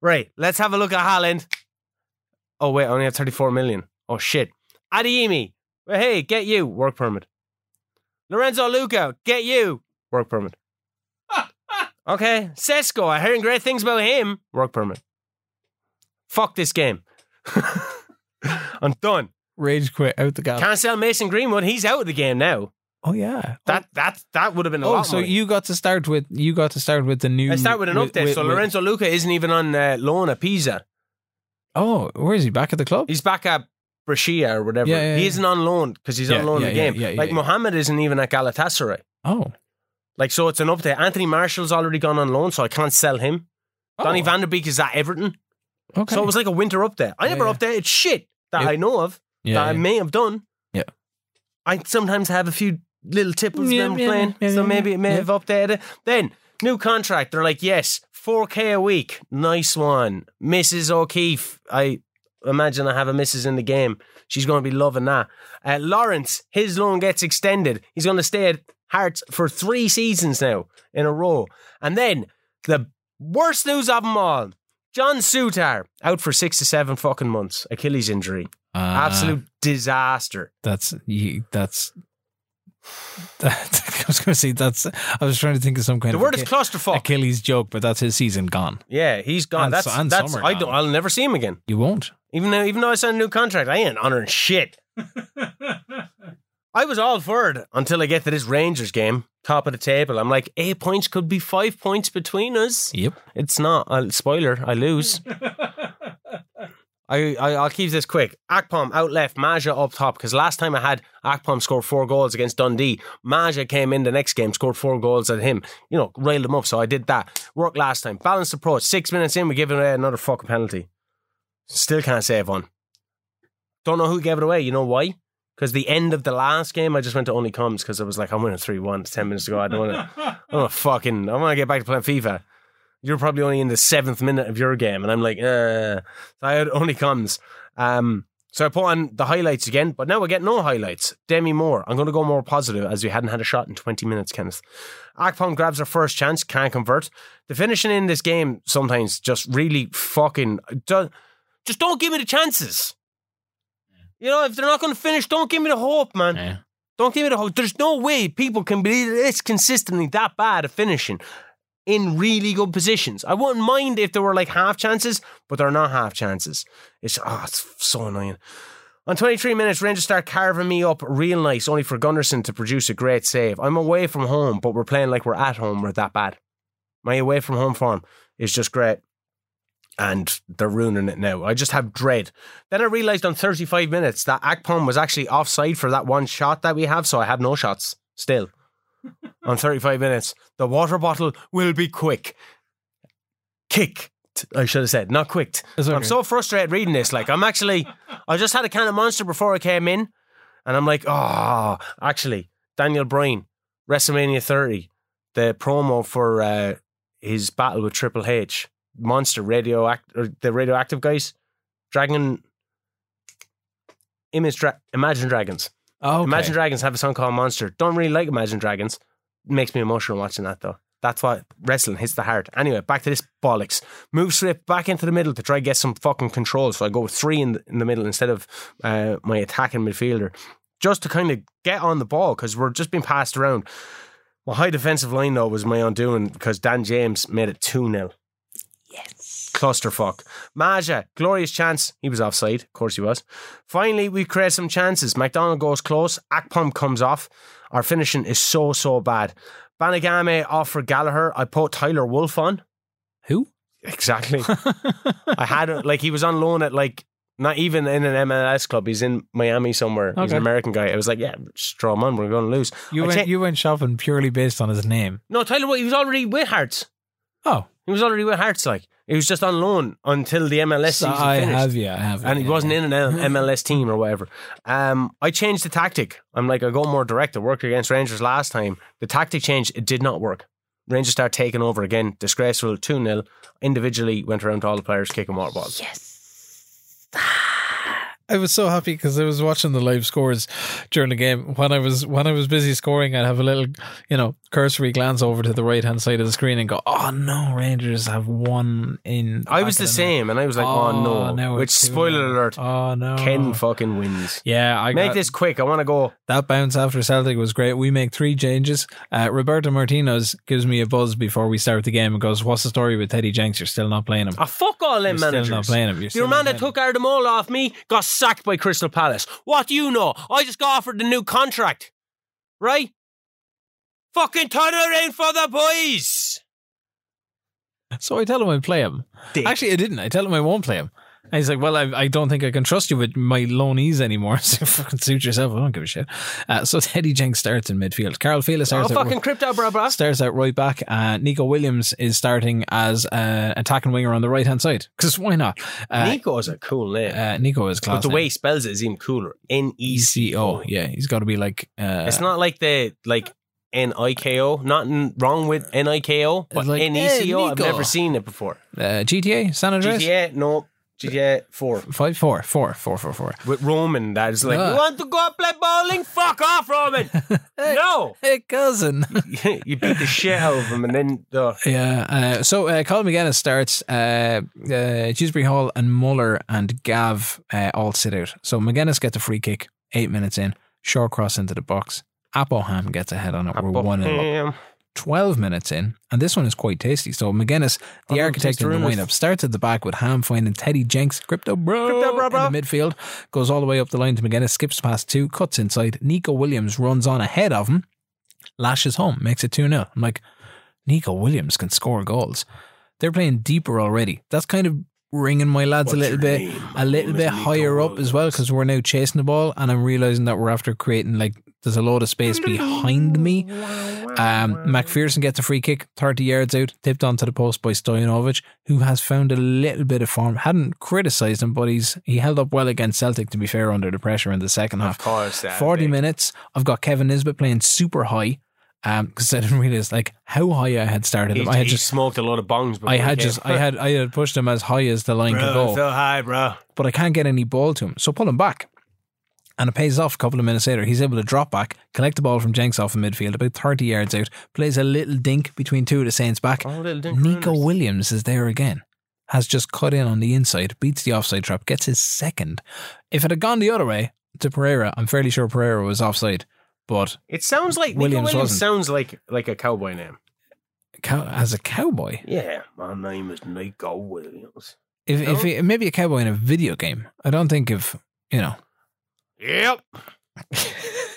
Right, let's have a look at Haaland. Oh wait, I only have 34 million. Oh shit. Adiemi, well, hey, get you work permit. Lorenzo Luca, get you work permit. okay, Sesco, I hearing great things about him. Work permit. Fuck this game. I'm done.
Rage quit out the gap.
Can't sell Mason Greenwood. He's out of the game now.
oh yeah.
That that that would have been a lot.
oh,
of
so
money.
you got to start with you got to start with the new.
Let's start with an update. so Lorenzo Luca isn't even on uh, loan at Pisa.
Oh, where is he? Back at the club?
He's back at Brescia or whatever.
Yeah, yeah,
he
yeah.
isn't on loan because he's
Yeah,
on loan
yeah,
in the
yeah,
game.
yeah, yeah,
like
yeah.
Mohamed isn't even at Galatasaray.
oh.
Like so, it's an update. Anthony Marshall's already gone on loan, so I can't sell him. Donny
Oh,
Van der Beek is at Everton,
Okay.
so it was like a winter update. I
Yeah,
never
yeah.
updated shit that
Yeah.
I know of
yeah,
that I
yeah.
may have done.
Yeah.
I sometimes have a few little tipples
Yeah,
when I'm
yeah,
playing,
yeah,
so
yeah,
maybe it may
yeah.
have updated it. Then, new contract. They're like, yes, 4K a week. Nice one. Mrs. O'Keefe. I imagine I have a missus in the game. She's going to be loving that. Uh, Lawrence, his loan gets extended. He's going to stay at Hearts for three seasons now in a row. And then, the worst news of them all. John Sutar out for six to seven fucking months, Achilles injury.
Ah,
Absolute disaster.
That's you, that's. That, I was going to say that's. I was trying to think of some kind
The
of
word is
Achi-
clusterfuck.
Achilles joke, but that's his season gone.
Yeah, he's gone.
And
that's
so- and
that's.
Sommer
I
gone.
don't. I'll never see him again.
You won't.
Even though even though I signed a new contract, I ain't honoring shit. I was all for it until I get to this Rangers game, top of the table. I'm like, eight points could be five points between us.
Yep.
It's not. I'll, spoiler, I lose. I, I, I'll keep this quick. Akpom out left, Maja up top. Because last time I had Akpom score four goals against Dundee. Maja came in the next game, scored four goals at him. You know, railed him up. So I did that. Worked last time. Balanced approach. Six minutes in, we give away another fucking penalty. Still can't save one. Don't know who gave it away. You know why? Because the end of the last game, I just went to only comms because I was like, I'm winning 3 1 10 minutes ago. I don't want to. I'm a fucking. I want to get back to playing FIFA. You're probably only in the seventh minute of your game. And I'm like, uh. So I had only comes. Um, so I put on the highlights again, but now I get no highlights. Demi Moore. I'm going to go more positive as we hadn't had a shot in 20 minutes, Kenneth. Akpom grabs her first chance, can't convert. The finishing in this game sometimes just really fucking. do- Just don't give me the chances. You know, if they're not going to finish, don't give me the hope, man.
Yeah.
Don't give me the hope. There's no way people can be this consistently that bad at finishing in really good positions. I wouldn't mind if there were like half chances, but they're not half chances. It's ah, it's so annoying. On 23 minutes, Rangers start carving me up real nice, only for Gunderson to produce a great save. I'm away from home, but we're playing like we're at home. We're that bad. My away from home form is just great. And they're ruining it now. I just have dread. Then I realised on 35 minutes that Akpom was actually offside for that one shot that we have, so I have no shots still. on 35 minutes, the water bottle will be quick. Kick I should have said, not quicked.
It's
I'm
okay.
so frustrated reading this. Like, I'm actually, I just had a can of Monster before I came in, and I'm like, oh, actually, Daniel Bryan, WrestleMania 30, the promo for uh, his battle with Triple H, Monster Radioact, or the radioactive guys, Dragon, Image, Dra- Imagine Dragons.
Okay.
Imagine Dragons have a song called Monster. Don't really like Imagine Dragons. Makes me emotional watching that though. That's why wrestling hits the heart. Anyway, back to this bollocks. Move Swift back into the middle to try get some fucking control. So I go with three in the, in the middle instead of uh, my attacking midfielder, just to kind of get on the ball because we're just being passed around. My high defensive line though was my undoing because Dan James made it two 0 clusterfuck. Maja, glorious chance. He was offside. Of course he was. Finally, we create some chances. McDonald goes close. Akpom comes off. Our finishing is so, so bad. Banagame off for Gallagher. I put Tyler Wolf on.
Who?
Exactly. I had it like he was on loan at like not even in an MLS club. He's in Miami somewhere. He's
Okay.
an American guy. I was like, yeah, straw man, we're going to lose.
You
I
went
cha-
you went shopping purely based on his name.
no, Tyler, Wolf, he was already with Hearts.
Oh,
He was already with Hearts. Like he was just on loan until the MLS
so
season
I
finished.
have you. I have you.
and he
yeah,
wasn't
yeah.
in an L- MLS team or whatever. Um, I changed the tactic. I'm like, I go more direct. I worked against Rangers last time. The tactic changed. It did not work. Rangers start taking over again. Disgraceful 2 0. Individually went around to all the players kicking more balls.
I was so happy because I was watching the live scores during the game. When I was when I was busy scoring, I'd have a little, you know, cursory glance over to the right hand side of the screen and go, "Oh no, Rangers have one in."
I was
back
the
of net."
same, and I was like, oh, no.
now
Which,
it's two
spoiler
now.
alert,
Oh no,
Ken fucking wins.
Yeah, I
Make
got,
this quick. I want to go.
that bounce after Celtic was great. We make three changes. Uh, Roberto Martinez gives me a buzz before we start the game and goes, "What's the story with Teddy Jenks? You're still not playing him."
Ah, fuck all them
You're still
managers.
not playing him. You're
Your
still
man
not
that
playing him.
took Ardamol off me got sacked by Crystal Palace. What do you know? I just got offered a new contract. Right? Fucking turn around for the boys.
So I tell him I play him.
Dick.
Actually, I didn't. I tell him I won't play him. And he's like, "Well, I, I don't think I can trust you with my loanees anymore. So fucking suit yourself. I don't give a shit." Uh, so Teddy Jenks starts in midfield. Carl Felix
Oh,
starts. at
fucking crypto, bro, bro.
starts out right back. Uh, Nico Williams is starting as an attacking winger on the right hand side because why not? Uh,
Nico's a cool name.
uh, Nico is
but
class.
the way he spells it is even cooler. N E C.
ECO, yeah, he's got to be like. Uh,
It's not like the like N I K O. Nothing wrong with N I K O, but
like,
N E C O.
eh,
I've
Nico.
never seen it before.
uh, GTA San Andreas.
GTA, no. GTA 4.
Five four four four four four.
With Roman, that is like,
Yeah.
you want to go play bowling? Fuck off, Roman! no!
Hey cousin.
you beat the shit out of him, and then uh,
Yeah. Uh, so uh, Colin McGinnis starts. Uh, uh, Dewsbury Hall and Muller and Gav uh, all sit out. So McGinnis gets a free kick eight minutes in. Short cross into the box. Appleham gets ahead on it. We're one in.
Buckingham.
Twelve minutes in, and this one is quite tasty. So McGinnis, the
Oh,
architect
tasty
in the
rumors.
wind-up, starts at the back with Ham finding Teddy Jenks, Crypto Bro,
Crypto Bro Bro.
in the midfield. Goes all the way up the line to McGinnis, skips past two, cuts inside. Nico Williams runs on ahead of him, lashes home, makes it 2 0. I'm like, Nico Williams can score goals. They're playing deeper already. That's kind of ringing my lads a little bit, a little bit higher up as well because we're now chasing the ball, and I'm realizing that we're after creating like there's a load of space behind me. Um, McPherson gets a free kick, 30 yards out, tipped onto the post by Stojanovic, who has found a little bit of form. Hadn't criticised him, but he's he held up well against Celtic. To be fair, under the pressure in the second half.
Of course, that
40
big.
minutes. I've got Kevin Nisbet playing super high because I didn't realize like how high I had started
He,
him. I had
he
just.
smoked a lot of bongs. before
I
he
had
came.
just, I had, I had pushed him as high as the line could
bro,
go,
so high, bro.
but I can't get any ball to him. So pull him back, and it pays off. A couple of minutes later, he's able to drop back, collect the ball from Jenks off in midfield, about thirty yards out. Plays a little dink between two of the Saints back.
Oh, little Dink
Nico
Runners.
Williams is there again. Has just cut in on the inside, beats the offside trap, gets his second. If it had gone the other way to Pereira, I'm fairly sure Pereira was offside, but
It sounds like
Williams
Nico Williams
wasn't.
sounds like like a cowboy name.
cow- as a cowboy,
Yeah, my name is Nico Williams.
if
No?
if he, maybe a cowboy in a video game, I don't think if you know.
Yep.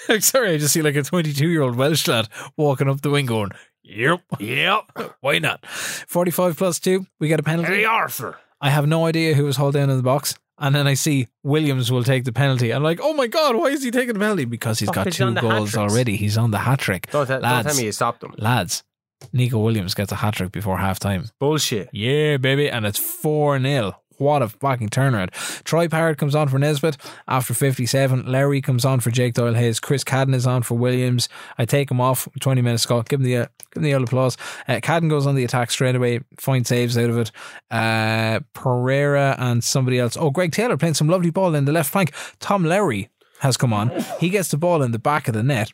I'm sorry, I just see like a 22 year old Welsh lad walking up the wing going, "Yep,
Yep.
why not?" 45 plus two, we get a penalty.
Arthur.
I have no idea who was hauled down in the box. And then I see Williams will take the penalty. I'm like, oh my God, why is he taking the penalty? Because he's
Fuck,
got
he's
two
on the
goals
hat-tricks.
already. He's on the hat trick.
Don't, tell- don't
Lads.
tell me you stopped him.
Lads, Nico Williams gets a hat trick before halftime.
Bullshit.
Yeah, baby. And it's 4 0. What a fucking turnaround. Troy Parrott comes on for Nesbitt after 57. Larry comes on for Jake Doyle Hayes. Chris Cadden is on for Williams. I take him off 20 minutes ago. Give him the, uh, give him the old applause. Uh, Cadden goes on the attack straight away. Fine saves out of it. Uh, Pereira and somebody else. Oh, Greg Taylor playing some lovely ball in the left flank. Tom Larry has come on. He gets the ball in the back of the net,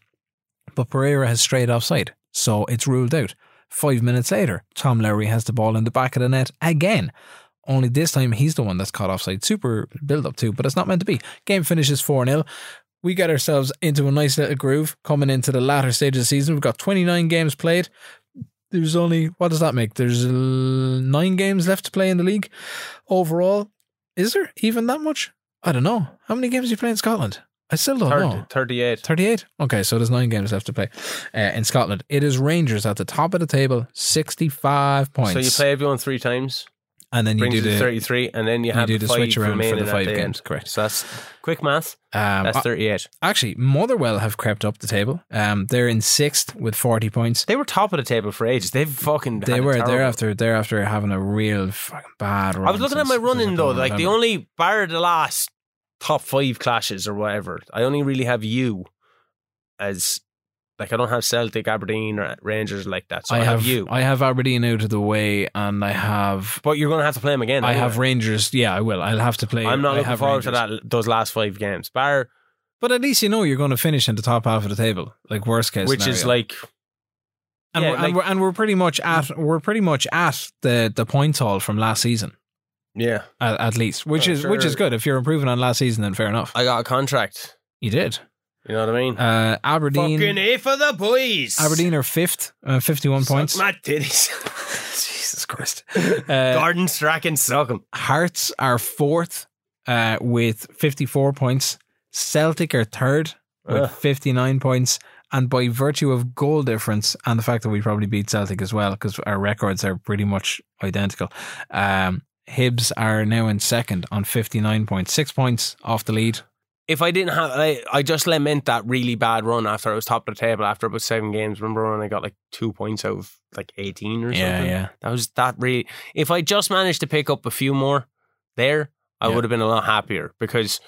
but Pereira has strayed offside. So it's ruled out. Five minutes later, Tom Lowry has the ball in the back of the net again. Only this time he's the one that's caught offside. Super build up too, but it's not meant to be. Game finishes 4 0. We get ourselves into a nice little groove coming into the latter stage of the season. We've got 29 games played. There's only, what does that make? There's uh, nine games left to play in the league overall. Is there even that much? I don't know. How many games do you play in Scotland? I still don't know.
30, 38.
38. Okay, so there's nine games left to play uh, in Scotland. It is Rangers at the top of the table, 65 points.
So you play everyone three times,
and then you
brings
do
you to
the,
33, and then you, have
do
the
the
five
switch around for
remaining
the
at
five
the
games,
end.
correct.
So that's quick math.
Um,
That's
uh,
38.
actually, Motherwell have crept up the table. Um, they're in sixth with 40 points.
They were top of the table for ages. They've fucking.
They
had a
were
terrible-
thereafter. Thereafter, having a real fucking bad run.
I was looking at
since-
my
since
running though.
October,
Like the
November.
only bar the last top five clashes or whatever. I only really have you as like I don't have Celtic, Aberdeen, or Rangers like that. So I, have, you.
I have Aberdeen out of the way, and I have
but you're gonna have to play them again.
I
anyway.
have Rangers. Yeah, I will. I'll have to play.
I'm not
I
looking
have
forward
Rangers.
to that. Those last five games, bar
But at least you know you're going to finish in the top half of the table, like worst case,
which is
scenario.
like
and,
yeah,
we're,
like-
and we're and we're pretty much at we're pretty much at the the points haul from last season
yeah.
at, at least, which
Oh,
is which is
sure.
good. If you're improving on last season, then fair enough.
I got a contract.
you did.
You know what I mean?
Uh,
Fucking
Aberdeen,
A for the boys.
Aberdeen are fifth, uh, fifty-one
Suck
points.
My titties.
Jesus Christ. Uh,
Garden Strack and suck 'em.
Hearts are fourth uh, with fifty-four points. Celtic are third with
Ugh.
fifty-nine points. And by virtue of goal difference and the fact that we probably beat Celtic as well, because our records are pretty much identical, um, Hibs are now in second on 59 points, six points off the lead.
if I didn't have, I, I just lament that really bad run after I was top of the table after about seven games. Remember when I got like two points out of like 18 or something?
yeah.
That was that really, if I just managed to pick up a few more there, I
Yeah.
would have been a lot happier because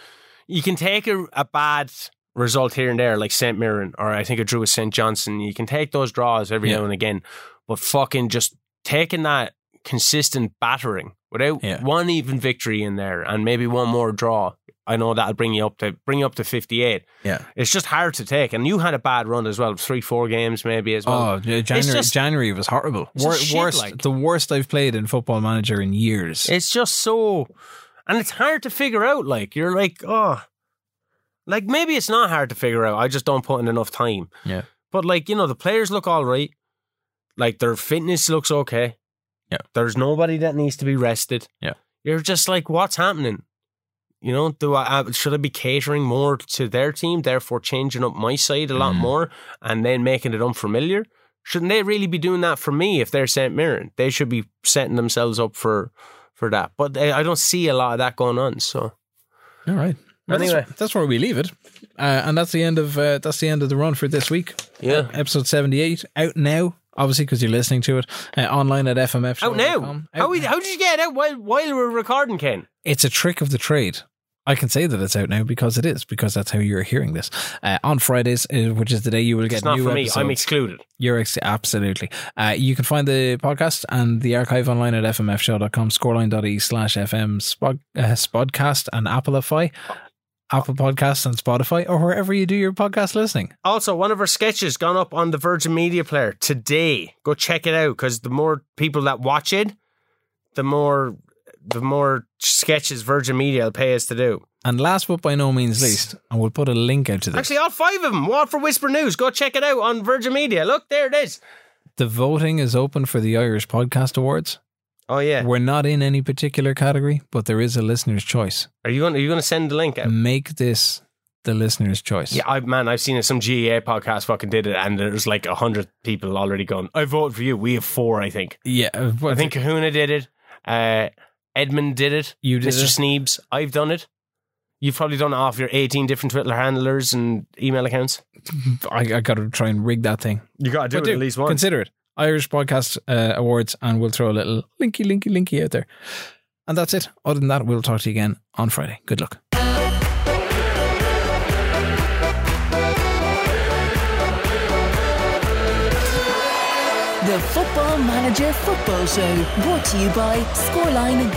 you can take a, a bad result here and there, like St. Mirren, or I think I drew with St. Johnson. You can take those draws every
Yeah.
now and again, but fucking just taking that consistent battering without
Yeah.
one even victory in there and maybe one more draw. I know that'll bring you up to bring you up to fifty eight.
Yeah.
It's just hard to take. And you had a bad run as well, three, four games maybe as well.
Oh, January,
just-
January was horrible.
It's
Wor-
just shit,
worst,
like.
the worst I've played in Football Manager in years.
It's just so, and it's hard to figure out. Like you're like, oh, like maybe it's not hard to figure out. I just don't put in enough time.
Yeah.
But like you know, the players look all right. Like their fitness looks okay.
Yeah.
There's nobody that needs to be rested.
Yeah.
You're just like, what's happening? You know, do I uh, should I be catering more to their team, therefore changing up my side a lot
Mm.
more, and then making it unfamiliar? Shouldn't they really be doing that for me if they're St. Mirren? They should be setting themselves up for for that. But they, I don't see a lot of that going on. So
All right. Well, that's-
Anyway.
that's, where we leave it, uh, and that's the end of uh, that's the end of the run for this week.
yeah,
Episode seventy eight out now, obviously because you're listening to it uh, online at fmf.
out now. How, we, how did you get it out while while we're recording, Ken?
it's a trick of the trade. I can say that it's out now because it is because that's how you're hearing this uh, on Fridays, uh, which is the day you will get
It's not
new
for me.
episodes.
I'm excluded.
You're ex- absolutely. Uh, you can find the podcast and the archive online at fmfshow.com, scoreline.e E slash fm spod, uh, spodcast and Appleify, Apple Podcasts and Spotify, or wherever you do your podcast listening.
Also, one of our sketches gone up on the Virgin Media Player today. Go check it out because the more people that watch it, the more the more sketches Virgin Media will pay us to do.
And last but by no means least, and we'll put a link out to this.
Actually, all five of them. Waterford Whisper News. Go check it out on Virgin Media. Look, there it is.
the voting is open for the Irish Podcast Awards.
Oh yeah.
We're not in any particular category, but there is a listener's choice.
Are you going? Are you going to send the link out?
Make this the listener's choice.
Yeah, I, man, I've seen it. Some GEA podcast fucking did it, and there's like a hundred people already gone. I voted for you. We have four, I think.
Yeah. uh,
I
well,
think Kahuna did it. Uh, Edmund did it.
you did
Mr.
it.
Sneebs, I've done it. You've probably done it off your 18 different Twitter handlers and email accounts.
I, I got to try and rig that thing.
You got to
But do, Consider it. Irish Podcast uh, Awards, and we'll throw a little linky, linky, linky out there. And that's it. Other than that, we'll talk to you again on Friday. Good luck.
The Football Manager Football Show, brought to you by scoreline.ie.